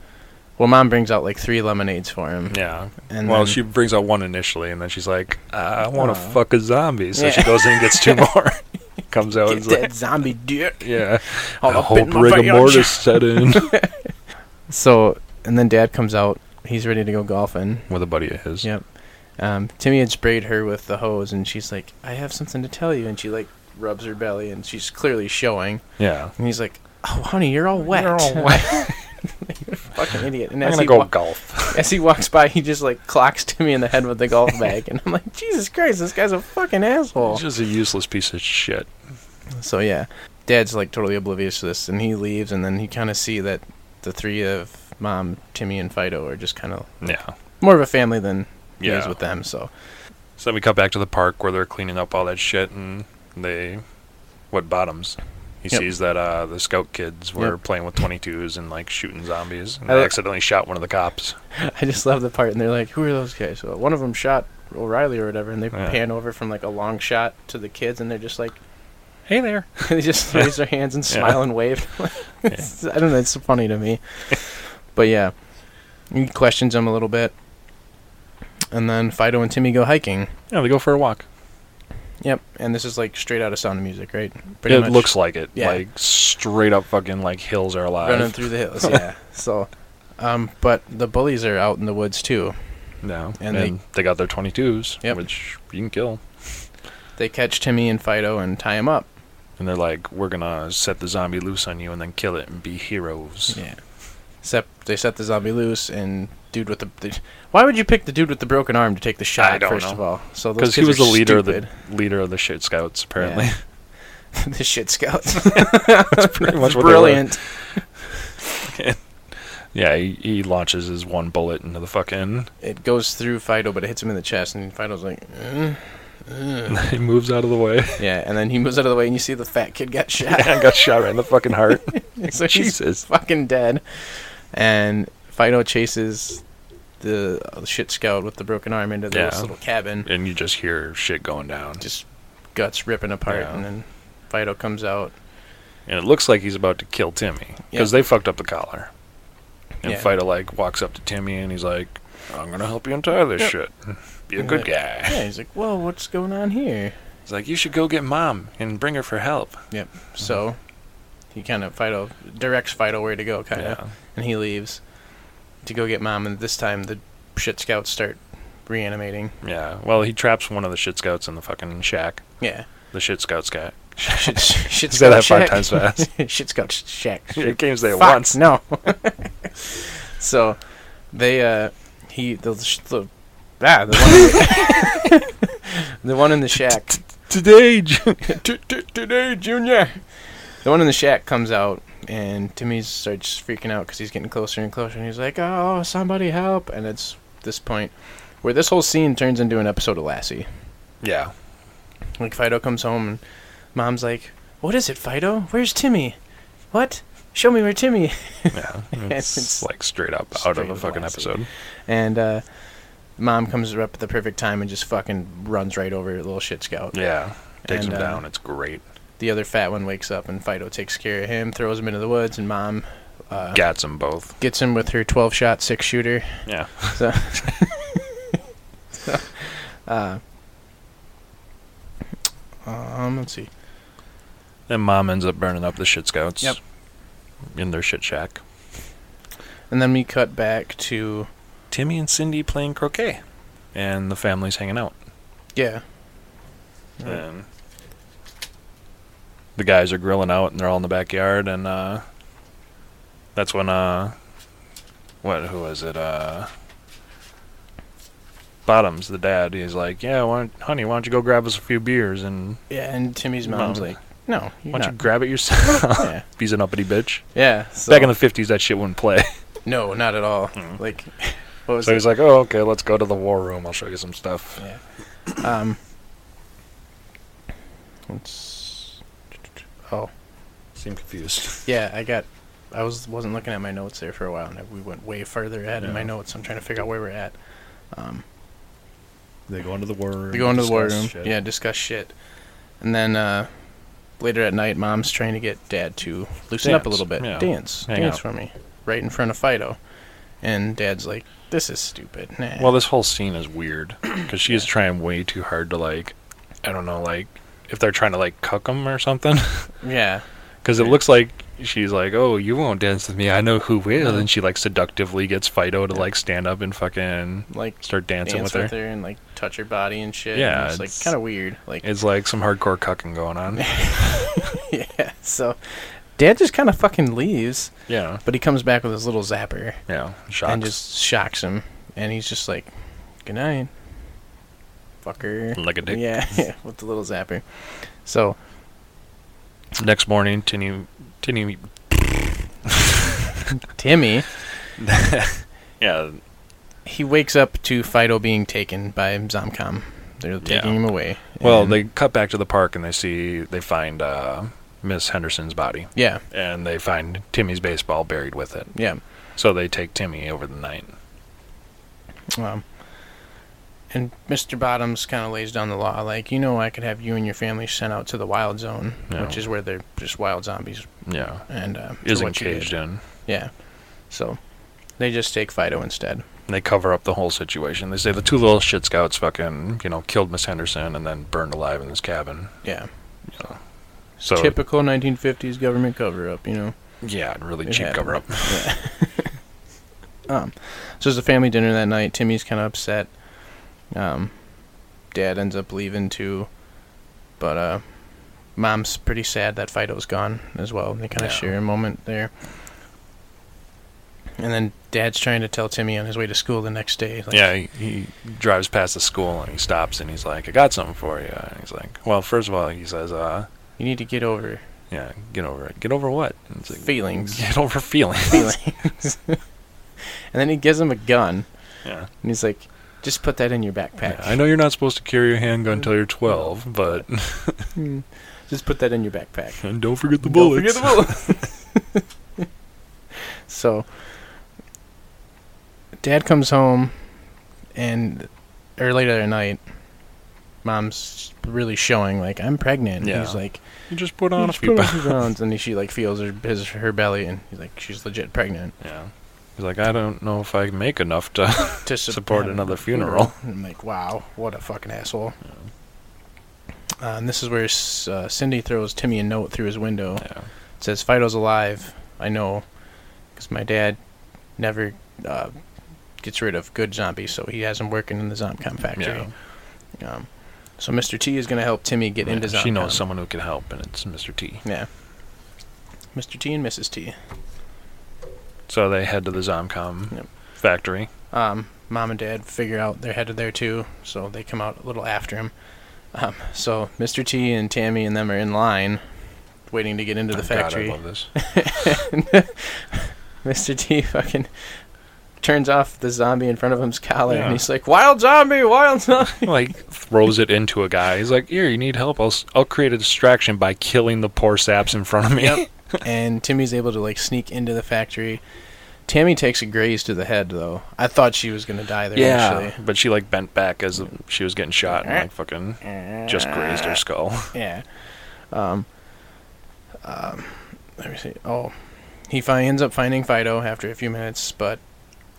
S3: Well, Mom brings out like three lemonades for him.
S2: Yeah.
S3: And
S2: well,
S3: then-
S2: she brings out one initially, and then she's like, "I want to
S3: Aw.
S2: fuck a zombie," so
S3: Yeah.
S2: she goes in and gets two more. Comes out
S3: Get
S2: and's
S3: that
S2: like,
S3: zombie dick.
S2: "Yeah,
S3: all
S2: I
S3: up in
S2: hope
S3: my
S2: rigor
S3: face.
S2: mortis set in."
S3: So and then Dad comes out. He's ready to go golfing.
S2: With a buddy of his.
S3: Yep. Um, Timmy had sprayed her with the hose, and she's like, "I have something to tell you." And she like rubs her belly, and she's clearly showing.
S2: Yeah.
S3: And he's like, "Oh, honey, you're all wet.
S2: You're all wet.
S3: Fucking idiot." And
S2: I'm
S3: as
S2: gonna
S3: he,
S2: go
S3: wa-
S2: golf.
S3: as he walks by, he just like clocks Timmy in the head with the golf bag, and I'm like, "Jesus Christ, this guy's a fucking asshole."
S2: He's just a useless piece of shit.
S3: So yeah, Dad's like totally oblivious to this, and he leaves, and then you kind of see that the three of Mom, Timmy, and Fido are just kind of
S2: Yeah.
S3: more of a family than he is
S2: Yeah.
S3: with them. So
S2: So then we cut back to the park where they're cleaning up all that shit, and they, what bottoms? He
S3: Yep.
S2: sees that uh, the scout kids were
S3: Yep.
S2: playing with 22s and like shooting zombies, and
S3: I
S2: they
S3: li-
S2: accidentally shot one of the cops.
S3: I just love the part, and they're like, "Who are those guys?" Well, one of them shot O'Reilly or whatever, and they
S2: Yeah.
S3: pan over from like a long shot to the kids, and they're just like,
S2: Hey there.
S3: they just raise their hands and
S2: Yeah.
S3: smile and wave. It's- I don't know. It's so funny to me. but yeah, he questions him a little bit, and then Fido and Timmy go hiking.
S2: Yeah, they go for a walk.
S3: Yep, and this is like straight out of Sound of Music, right?
S2: it looks like it.
S3: Yeah.
S2: Like straight up fucking like hills are alive.
S3: running through the hills. yeah. So, um, but the bullies are out in the woods too.
S2: No.
S3: And
S2: And,
S3: they-
S2: they, got their 22s,
S3: Yep.
S2: which you can kill.
S3: They catch Timmy and Fido and tie him up.
S2: And they're like, we're going to set the zombie loose on you and then kill it and be heroes.
S3: Yeah. Except they set the zombie loose and dude with the, the why would you pick the dude with the broken arm to take the shot
S2: I don't
S3: first
S2: know.
S3: of all? So those
S2: Because he
S3: kids
S2: was
S3: are
S2: the leader
S3: stupid.
S2: of the leader of the shit scouts, apparently.
S3: the shit scouts.
S2: pretty much what they were.
S3: brilliant.
S2: Yeah, he, he launches his one bullet into the fucking.
S3: It goes through Fido, but it hits him in the chest, and Fido's like, "Eh, eh."
S2: he moves out of the way.
S3: yeah. And then he moves out of the way, and you see the fat kid got shot.
S2: and got shot right in the fucking heart.
S3: so he's
S2: Jesus.
S3: fucking dead. And Fido chases the uh, shit scout with the broken arm into this
S2: Yeah.
S3: little cabin,
S2: And you just hear shit going down.
S3: just guts ripping apart,
S2: Yeah.
S3: and then Fido comes out.
S2: And it looks like he's about to kill Timmy. Because
S3: Yeah.
S2: they fucked up the collar. And
S3: Yeah.
S2: Fido, like, walks up to Timmy and he's like, I'm going to help you untie this
S3: Yep.
S2: shit. Be a
S3: And
S2: good
S3: like-
S2: guy.
S3: Yeah, he's like, "Whoa, what's going on here?"
S2: He's like, you should go get mom and bring her for help.
S3: So he kind of Fido directs Fido where to go, kind of, and he leaves to go get mom. And this time the shit scouts start reanimating.
S2: Yeah. Well, he traps one of the shit scouts in the fucking shack.
S3: Yeah,
S2: The shit scouts guy.
S3: shit, shit
S2: Say
S3: scout
S2: that five
S3: shack.
S2: times fast.
S3: shit scout shack.
S2: it came there
S3: Fuck,
S2: once.
S3: No. so they uh he the the ah, the one in the, the one in the shack
S2: Today, Ju- t- t- today, Junior.
S3: the one in the shack comes out and Timmy starts freaking out because he's getting closer and closer and he's like oh somebody help and it's this point where this whole scene turns into an episode of Lassie
S2: Yeah.
S3: like Fido comes home and mom's like what is it Fido where's Timmy what show me where Timmy
S2: Yeah. It's,
S3: it's
S2: like straight up out
S3: straight
S2: of a
S3: up
S2: fucking
S3: classy.
S2: episode.
S3: And uh, mom comes up at the perfect time and just fucking runs right over little shit scout.
S2: Yeah. Takes
S3: And,
S2: him
S3: uh,
S2: down. It's great.
S3: The other fat one wakes up and Fido takes care of him, throws him into the woods, and mom uh,
S2: Gats them both.
S3: gets him with her 12 shot six shooter.
S2: Yeah.
S3: Uh, um, let's see.
S2: Then mom ends up burning up the shit scouts.
S3: Yep.
S2: In their shit shack.
S3: And then we cut back to
S2: Timmy and Cindy playing croquet, and the family's hanging out.
S3: yeah, Right.
S2: And the guys are grilling out, and they're all in the backyard, and uh, that's when uh, what who was it? Uh, Bottoms, the dad, he's like, "Yeah, why don't, honey, why don't you go grab us a few beers?" And
S3: yeah. And Timmy's
S2: Mom.
S3: mom's like, "No, you're
S2: why don't you
S3: not."
S2: grab it yourself?
S3: yeah,
S2: he's an uppity bitch.
S3: yeah. So,
S2: Back in the '50s, that shit wouldn't play.
S3: no, not at all. Like, what was
S2: So
S3: it?
S2: he's like, "Oh, okay, let's go to the war room. I'll show you some stuff."
S3: Yeah. Um. Let's. Oh,
S2: Seem confused.
S3: yeah. I got. I was wasn't looking at my notes there for a while, and I- we went way further ahead in my
S2: Yeah.
S3: notes. I'm trying to figure out where we're at. Um,
S2: They go into the war room.
S3: we go into the war
S2: discuss
S3: room.
S2: shit.
S3: Yeah, discuss shit, and then uh, later at night, mom's trying to get dad to loosen up a
S2: Dance,
S3: little bit,
S2: yeah.
S3: dance,
S2: Hang
S3: dance
S2: out.
S3: for me, right in front of Fido, and dad's like, "This is stupid." Nah.
S2: Well, this whole scene is weird because she is trying way too hard to like, I don't know, like if they're trying to like cuck him or something.
S3: yeah,
S2: Because it looks like she's like, "Oh, you won't dance with me. I know who will." And she like seductively gets Fido to like stand up and fucking
S3: like
S2: start dancing
S3: dance
S2: with,
S3: with
S2: her.
S3: her and like touch her body and shit.
S2: Yeah,
S3: and it's,
S2: it's-
S3: like kind of weird. Like
S2: It's like some hardcore cucking going on.
S3: yeah, so dad just kind of fucking leaves,
S2: yeah,
S3: but he comes back with his little zapper
S2: yeah,
S3: and
S2: shocks.
S3: just shocks him, and he's just like, "Good night, fucker."
S2: like a dick.
S3: Yeah, yeah, with the little zapper. So
S2: Next morning, Tinny, Tinny,
S3: Timmy,
S2: yeah,
S3: he wakes up to Fido being taken by Zomcom. They're taking
S2: Yeah.
S3: him away.
S2: Well,
S3: and-
S2: they cut back to the park and they see they find uh, Miss Henderson's body
S3: yeah,
S2: and they find Timmy's baseball buried with it.
S3: yeah.
S2: So they take Timmy over the night.
S3: Um, and Mr. Bottoms kind of lays down the law, like you know, I could have you and your family sent out to the wild zone,
S2: Yeah.
S3: which is where they're just wild zombies,
S2: Yeah,
S3: and uh, for
S2: isn't
S3: what you did.
S2: caged in.
S3: Yeah. So they just take Fido instead.
S2: They cover up the whole situation. They say the two little shit scouts fucking you know killed Miss Henderson and then burned alive in this cabin.
S3: Yeah.
S2: Yeah. So
S3: Typical 1950s government cover up, you know?
S2: yeah, really
S3: It
S2: cheap
S3: happened.
S2: cover up.
S3: Yeah. um, so there's a family dinner that night. Timmy's kind of upset. Um, Dad ends up leaving too. But uh, Mom's pretty sad that Fido's gone as well. They kind
S2: Yeah.
S3: of share a moment there. And then Dad's trying to tell Timmy on his way to school the next day. Like,
S2: Yeah, he, he drives past the school and he stops and he's like, "I got something for you." And he's like, "Well, first of all, he says, uh,
S3: You need to get over
S2: yeah, get over it. Get over what?" And it's like,
S3: Feelings.
S2: Get over feelings.
S3: feelings. and then he gives him a gun.
S2: Yeah.
S3: And he's like, just put that in your backpack.
S2: Yeah, I know you're not supposed to carry a handgun until you're 12, but
S3: know. Hmm. just put that in your backpack.
S2: and don't forget the
S3: Don't
S2: bullets.
S3: forget the bullets. so, dad comes home, and or later that night, mom's really showing like I'm pregnant.
S2: Yeah.
S3: He's like,
S2: you just put
S3: "You
S2: Ah, on a
S3: just
S2: few
S3: put on
S2: pounds.
S3: a few pounds, and she like feels her his, her belly, and he's like, she's legit pregnant.
S2: Yeah. He's like, I don't know if I can make enough to.
S3: to sup-
S2: Support
S3: have
S2: another
S3: a
S2: funeral.
S3: And I'm like, wow, what a fucking asshole. Uh, and this is where S- uh, Cindy throws Timmy a note through his window.
S2: Yeah.
S3: It says, Fido's alive. I know. Because my dad never uh, gets rid of good zombies, so he has him working in the Zomcom factory. Um, so Mr. T is going to help Timmy get into
S2: Yeah,
S3: Zomcom.
S2: she knows someone who can help, and it's Mr. T.
S3: Yeah. Mr. T and Mrs. T.
S2: So they head to the Zomcom
S3: Yep.
S2: factory.
S3: um, mom and dad figure out they're headed there too, so they come out a little after him. Um, so Mr. T and Tammy and them are in line, waiting to get into the
S2: Oh,
S3: factory.
S2: God, I love this.
S3: Mr. T fucking turns off the zombie in front of him's collar,
S2: Yeah.
S3: and he's like, "Wild zombie, wild zombie!"
S2: like throws it into a guy. He's like, "Here, you need help? I'll s- I'll create a distraction by killing the poor saps in front of me."
S3: Yep. and Timmy's able to like sneak into the factory. Tammy takes a graze to the head though. I thought she was gonna die there.
S2: Yeah,
S3: Actually.
S2: but she like bent back as she was getting shot and like fucking just grazed her skull.
S3: Yeah. Um, um, let me see. Oh, he fi- ends up finding Fido after a few minutes, but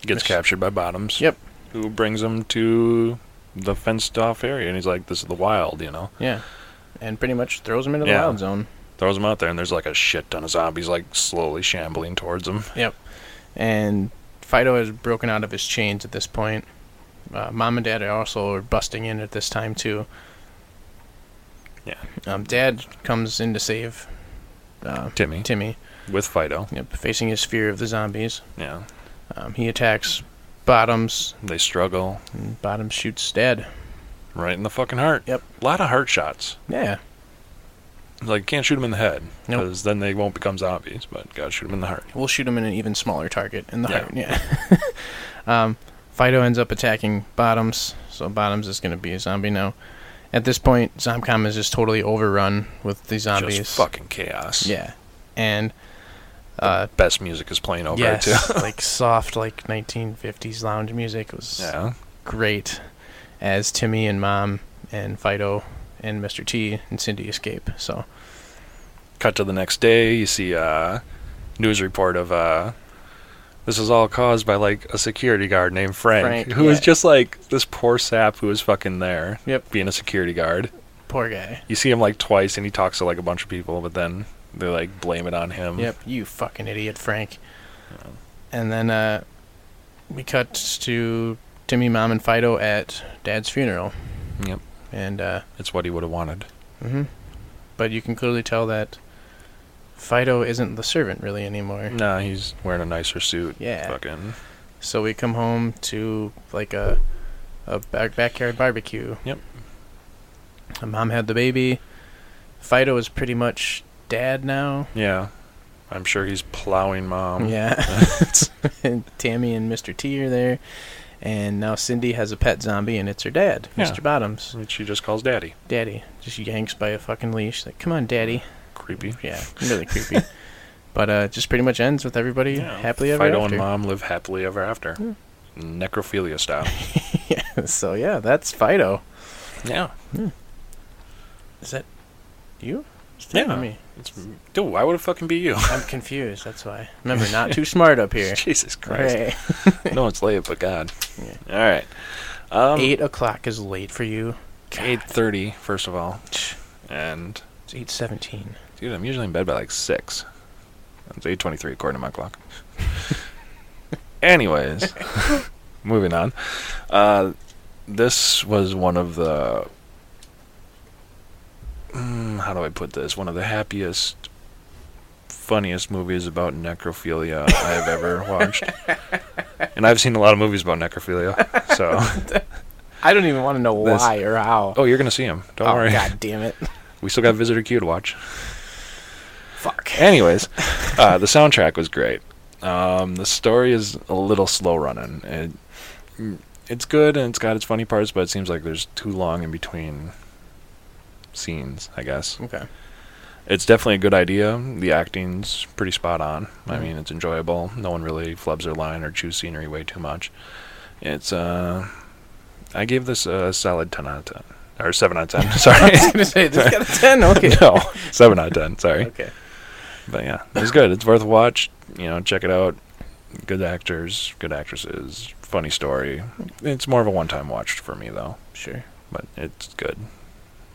S2: Gets
S3: Yes.
S2: captured by Bottoms.
S3: Yep.
S2: Who brings him to the fenced off area, and he's like, "This is the wild," you know.
S3: Yeah. And pretty much throws him into the
S2: Yeah.
S3: wild zone.
S2: Throws him out there, and there's like a shit ton of zombies like slowly shambling towards him.
S3: And Fido has broken out of his chains at this point. Uh, Mom and Dad are also are busting in at this time too.
S2: Yeah.
S3: Um, Dad comes in to save uh,
S2: Timmy
S3: Timmy,
S2: with Fido.
S3: yep, facing his fear of the zombies.
S2: Yeah,
S3: Um, he attacks Bottoms,
S2: they struggle
S3: and Bottoms shoots Dad.
S2: right in the fucking heart.
S3: Yep.
S2: A lot of heart shots.
S3: Yeah,
S2: Like can't shoot them in the head
S3: Nope.
S2: because then they won't become zombies. But gotta shoot them in the heart.
S3: we'll shoot him in an even smaller target in the
S2: Yeah.
S3: heart. Yeah. um, Fido ends up attacking Bottoms, so Bottoms is going to be a zombie now. At this point, Zomcom is just totally overrun with the zombies.
S2: Just fucking chaos.
S3: Yeah, and uh,
S2: Best music is playing over it too.
S3: yes, like soft, like 1950s lounge music was
S2: yeah.
S3: great. As Timmy and Mom and Fido and Mr. T and Cindy escape. So
S2: Cut to the next day. You see uh, news report of uh, this is all caused by like a security guard named Frank,
S3: Frank,
S2: who is
S3: yeah.
S2: just like this poor sap who was fucking there.
S3: Yep.
S2: Being a security guard.
S3: poor guy.
S2: You see him like twice, and he talks to like a bunch of people, but then they like blame it on him.
S3: Yep, you fucking idiot, Frank. And then uh, we cut to Timmy, Mom, and Fido at Dad's funeral.
S2: Yep.
S3: And uh,
S2: It's what he would have wanted.
S3: hmm but you can clearly tell that Fido isn't the servant really anymore.
S2: Nah, he's wearing a nicer suit.
S3: Yeah.
S2: Fucking.
S3: So we come home to like a a back- backyard barbecue.
S2: Yep.
S3: My mom had the baby. Fido is pretty much dad now.
S2: Yeah. I'm sure he's plowing
S3: Um,
S2: mom.
S3: yeah. And Tammy and Mr. T are there. And now Cindy has a pet zombie and it's her dad,
S2: Yeah.
S3: Mr. Bottoms.
S2: Which she just calls daddy.
S3: Daddy just yanks by a fucking leash. Like, come on, daddy.
S2: Creepy.
S3: Yeah, really creepy. But uh, it just pretty much ends with everybody happily ever
S2: Fido
S3: after. Hmm.
S2: and mom live happily ever after. Necrophilia style.
S3: so yeah, that's Fido.
S2: yeah.
S3: Is that you? Is
S2: Yeah.
S3: that me?
S2: It's, dude, why would it fucking be you?
S3: I'm confused. That's why. Remember, not too smart up here.
S2: Jesus Christ.
S3: Right.
S2: No, it's late, but God. All right. Um,
S3: Eight o'clock is late for you. God,
S2: 8.30, first of all. And,
S3: It's eight seventeen.
S2: dude, I'm usually in bed by like 6. It's 8.23 according to my clock. Anyways, moving on. Uh, this was one of the... Mm, how do I put this? One of the happiest, funniest movies about necrophilia I've ever watched. And I've seen a lot of movies about necrophilia. So,
S3: I don't even want to know
S2: This-
S3: why or how.
S2: oh, you're gonna see him. Don't
S3: Oh,
S2: worry.
S3: God damn it!
S2: We still got Visitor Q to watch.
S3: Fuck.
S2: Anyways, uh, the soundtrack was great. Um, the story is a little slow running. It, it's good and it's got its funny parts, but it seems like there's too long in between scenes, I guess.
S3: Okay.
S2: It's definitely a good idea. The acting's pretty spot on. I
S3: Mhm.
S2: mean, it's enjoyable. No one really flubs their line or chews scenery way too much. It's, uh, I gave this a solid 10 out of 10. Or 7 out of 10. Sorry.
S3: I was gonna say this got a ten. Okay.
S2: no, 7 out of 10. Sorry.
S3: Okay.
S2: But yeah, it's good. It's worth a watch. You know, check it out. Good actors, good actresses, funny story. It's more of a one-time watch for me though,
S3: Sure.
S2: but it's good.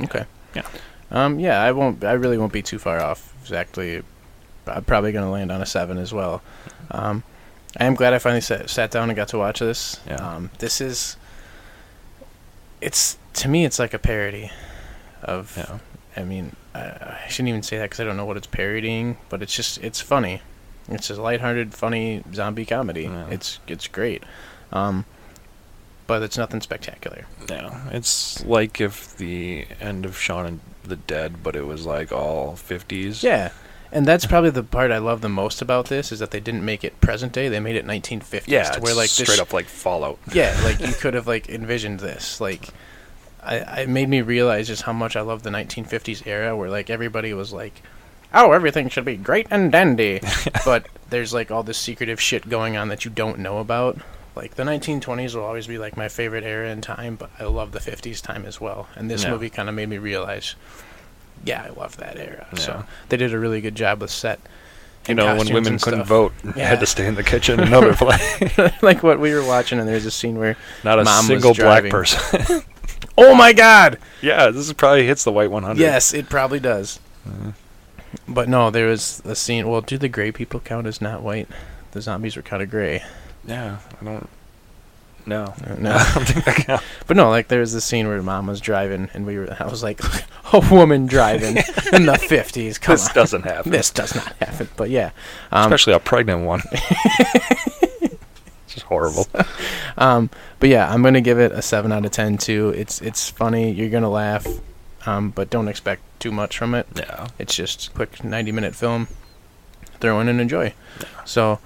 S3: Okay.
S2: Yeah.
S3: Um. Yeah. I won't. I really won't be too far off. Exactly. I'm probably gonna land on a seven as well. Um, I am glad I finally sat, sat down and got to watch this.
S2: Yeah.
S3: Um. This is. It's to me. It's like a parody, of.
S2: Yeah.
S3: I mean, I, I shouldn't even say that because I don't know what it's parodying, but it's just it's funny. It's a lighthearted, funny zombie comedy.
S2: Yeah.
S3: It's it's great, um, but it's nothing spectacular.
S2: Yeah, it's like if the end of Shaun and the Dead, but it was like all 50s.
S3: Yeah, and that's probably the part I love the most about this is that they didn't make it present day. They made it 1950s.
S2: Yeah,
S3: to
S2: it's
S3: where like
S2: straight
S3: this,
S2: up like Fallout.
S3: Yeah, like you could have like envisioned this. Like, I it made me realize just how much I love the 1950s era, where like everybody was like, "Oh, everything should be great and dandy," but there's like all this secretive shit going on that you don't know about. Like the 1920s will always be like my favorite era in time, but I love the 50s time as well. And this
S2: Yeah.
S3: movie kind of made me realize, yeah, I love that era.
S2: Yeah.
S3: So they did a really good job with set
S2: You
S3: And
S2: know, when
S3: costumes
S2: women
S3: and
S2: couldn't
S3: stuff.
S2: vote, and
S3: Yeah.
S2: had to stay in the kitchen and other play.
S3: like what we were watching, and there's a scene where
S2: Not a
S3: Mom was
S2: single black
S3: driving.
S2: person.
S3: oh my god,
S2: yeah, this is probably hits the white 100.
S3: yes, it probably does.
S2: Uh.
S3: But no, there was a scene. Well, do the gray people count as not white? The zombies were kind of gray.
S2: Yeah, I don't. No.
S3: Uh,
S2: I
S3: No,
S2: don't think that counts.
S3: but no, like there was this scene where Mom was driving, and we were. I was like, a woman driving in the fifties. Come
S2: This
S3: on,
S2: doesn't happen.
S3: this does not happen. But yeah, um,
S2: Especially a pregnant one. It's just horrible.
S3: Um, but yeah, I'm gonna give it a seven out of ten too. It's it's funny. You're gonna laugh, um, but don't expect too much from it.
S2: Yeah.
S3: It's just quick 90 minute film. Throw in and enjoy. So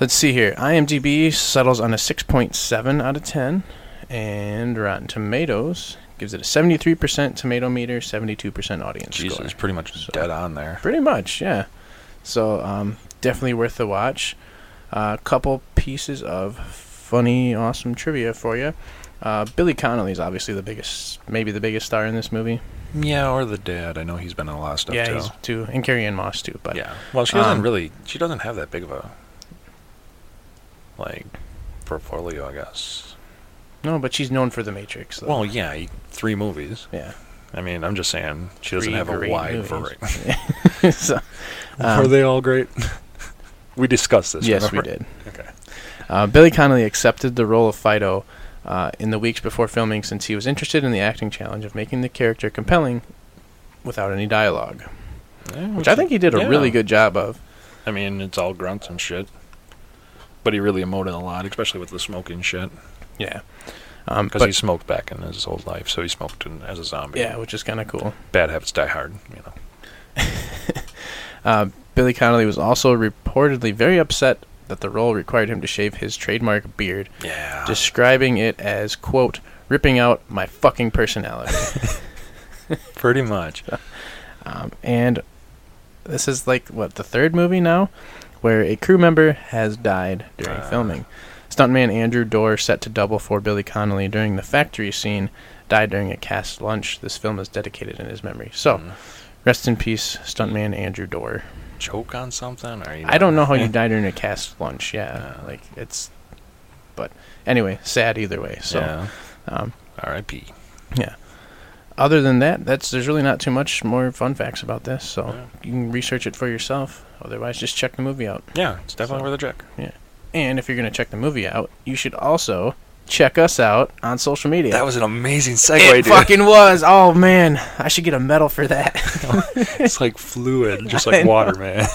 S3: let's see here. IMDb settles on a 6.7 out of 10, and Rotten Tomatoes gives it a 73% tomato meter, 72% audience
S2: Jesus,
S3: score.
S2: it's pretty much
S3: So-
S2: dead on there.
S3: Pretty much, yeah. So um, definitely worth the watch. A couple pieces of funny, awesome trivia for you. Uh, Billy Connolly is obviously the biggest, maybe the biggest star in this movie.
S2: Yeah, or the dad. I know he's been in a lot of stuff
S3: yeah,
S2: too.
S3: he's too, and Carrie Ann Moss too. But
S2: yeah. Well, she doesn't
S3: um,
S2: really. She doesn't have that big of a like portfolio, I guess.
S3: no, but she's known for The Matrix. Though.
S2: Well, yeah, he- three movies.
S3: yeah,
S2: I mean, I'm just saying she doesn't
S3: Three
S2: have a
S3: great
S2: wide
S3: movies.
S2: variety.
S3: so, um,
S2: Are they all great? we discussed this.
S3: yes,
S2: remember?
S3: we did.
S2: Okay.
S3: Uh, Billy Connolly accepted the role of Fido uh, in the weeks before filming since he was interested in the acting challenge of making the character compelling without any dialogue,
S2: Yeah,
S3: which I think he did a
S2: yeah.
S3: really good job of.
S2: I mean, it's all grunts and shit. But he really emoted a lot, especially with the smoking shit.
S3: Yeah. Um,
S2: Because
S3: but-
S2: he smoked back in his whole life, so he smoked in, as a zombie.
S3: yeah, which is kind of cool.
S2: Bad habits die hard, you know.
S3: Uh, Billy Connolly was also reportedly very upset that the role required him to shave his trademark beard, Ah.
S2: Yeah. Just
S3: describing it as, quote, ripping out my fucking personality.
S2: pretty much.
S3: um, and this is like, what, the third movie now? Where a crew member has died during
S2: Ah.
S3: filming. Stuntman Andrew Dorr, set to double for Billy Connolly during the factory scene, died during a cast lunch. This film is dedicated in his memory. So,
S2: Mm.
S3: rest in peace, stuntman Andrew Dorr.
S2: Choke on something? Or, you Ah.
S3: I don't know how you died during a cast lunch. Yeah,
S2: Yeah.
S3: like it's. But anyway, sad either way. So,
S2: Yeah.
S3: um,
S2: R.I.P.
S3: other than that, that's there's really not too much more fun facts about this. So
S2: Yeah.
S3: you can research it for yourself. Otherwise, just check the movie out.
S2: Yeah, it's definitely
S3: So-
S2: worth a check.
S3: And if you're gonna check the movie out, you should also check us out on social media.
S2: was an amazing
S3: it
S2: segue,
S3: fucking was. Oh man, I should get a medal for that.
S2: it's like fluid, just
S3: I
S2: like
S3: know.
S2: water, man.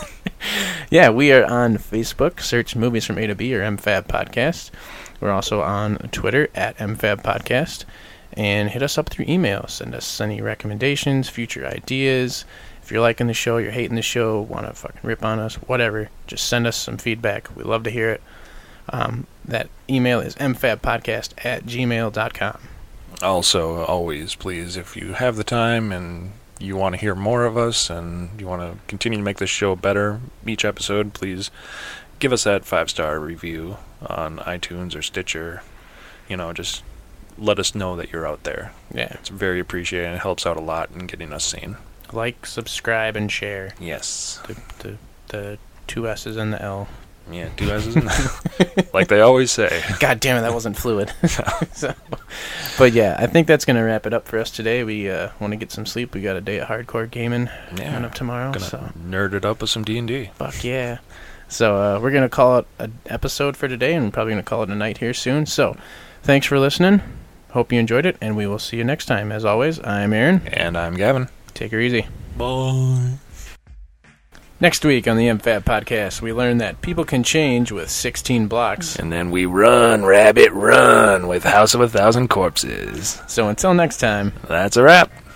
S3: yeah, we are on Facebook. Search movies from A to B or MFAB podcast. We're also on Twitter at MFAB Podcast. And hit us up through email. Send us any recommendations, future ideas. If you're liking the show, you're hating the show, want to fucking rip on us, whatever, just send us some feedback. We love to hear it. Um, that email is mfabpodcast at gmail.com.
S2: Also, always, please, if you have the time and you want to hear more of us and you want to continue to make this show better each episode, please give us that five star review on iTunes or Stitcher. You know, just let us know that you're out there.
S3: Yeah.
S2: It's very appreciated and it helps out a lot in getting us seen.
S3: Like, subscribe, and share.
S2: Yes.
S3: The, the, the two S's and the L.
S2: Yeah, two S's and like they always say.
S3: God damn it, that wasn't fluid. so, but yeah, I think that's gonna wrap it up for us today. We uh, want to get some sleep. We got a day at hardcore gaming coming
S2: Yeah.
S3: up tomorrow.
S2: Gonna
S3: So
S2: nerd it up with some D and D.
S3: fuck yeah. So uh, we're gonna call it an episode for today, and we're probably gonna call it a night here soon. So thanks for listening. Hope you enjoyed it, and we will see you next time. As always, I'm Aaron.
S2: And I'm Gavin.
S3: Take her easy.
S2: Bye.
S3: Next week on the MFAT podcast, we learn that people can change with 16 blocks.
S2: And then we run, rabbit, run with House of a Thousand Corpses.
S3: So until next time.
S2: That's a wrap.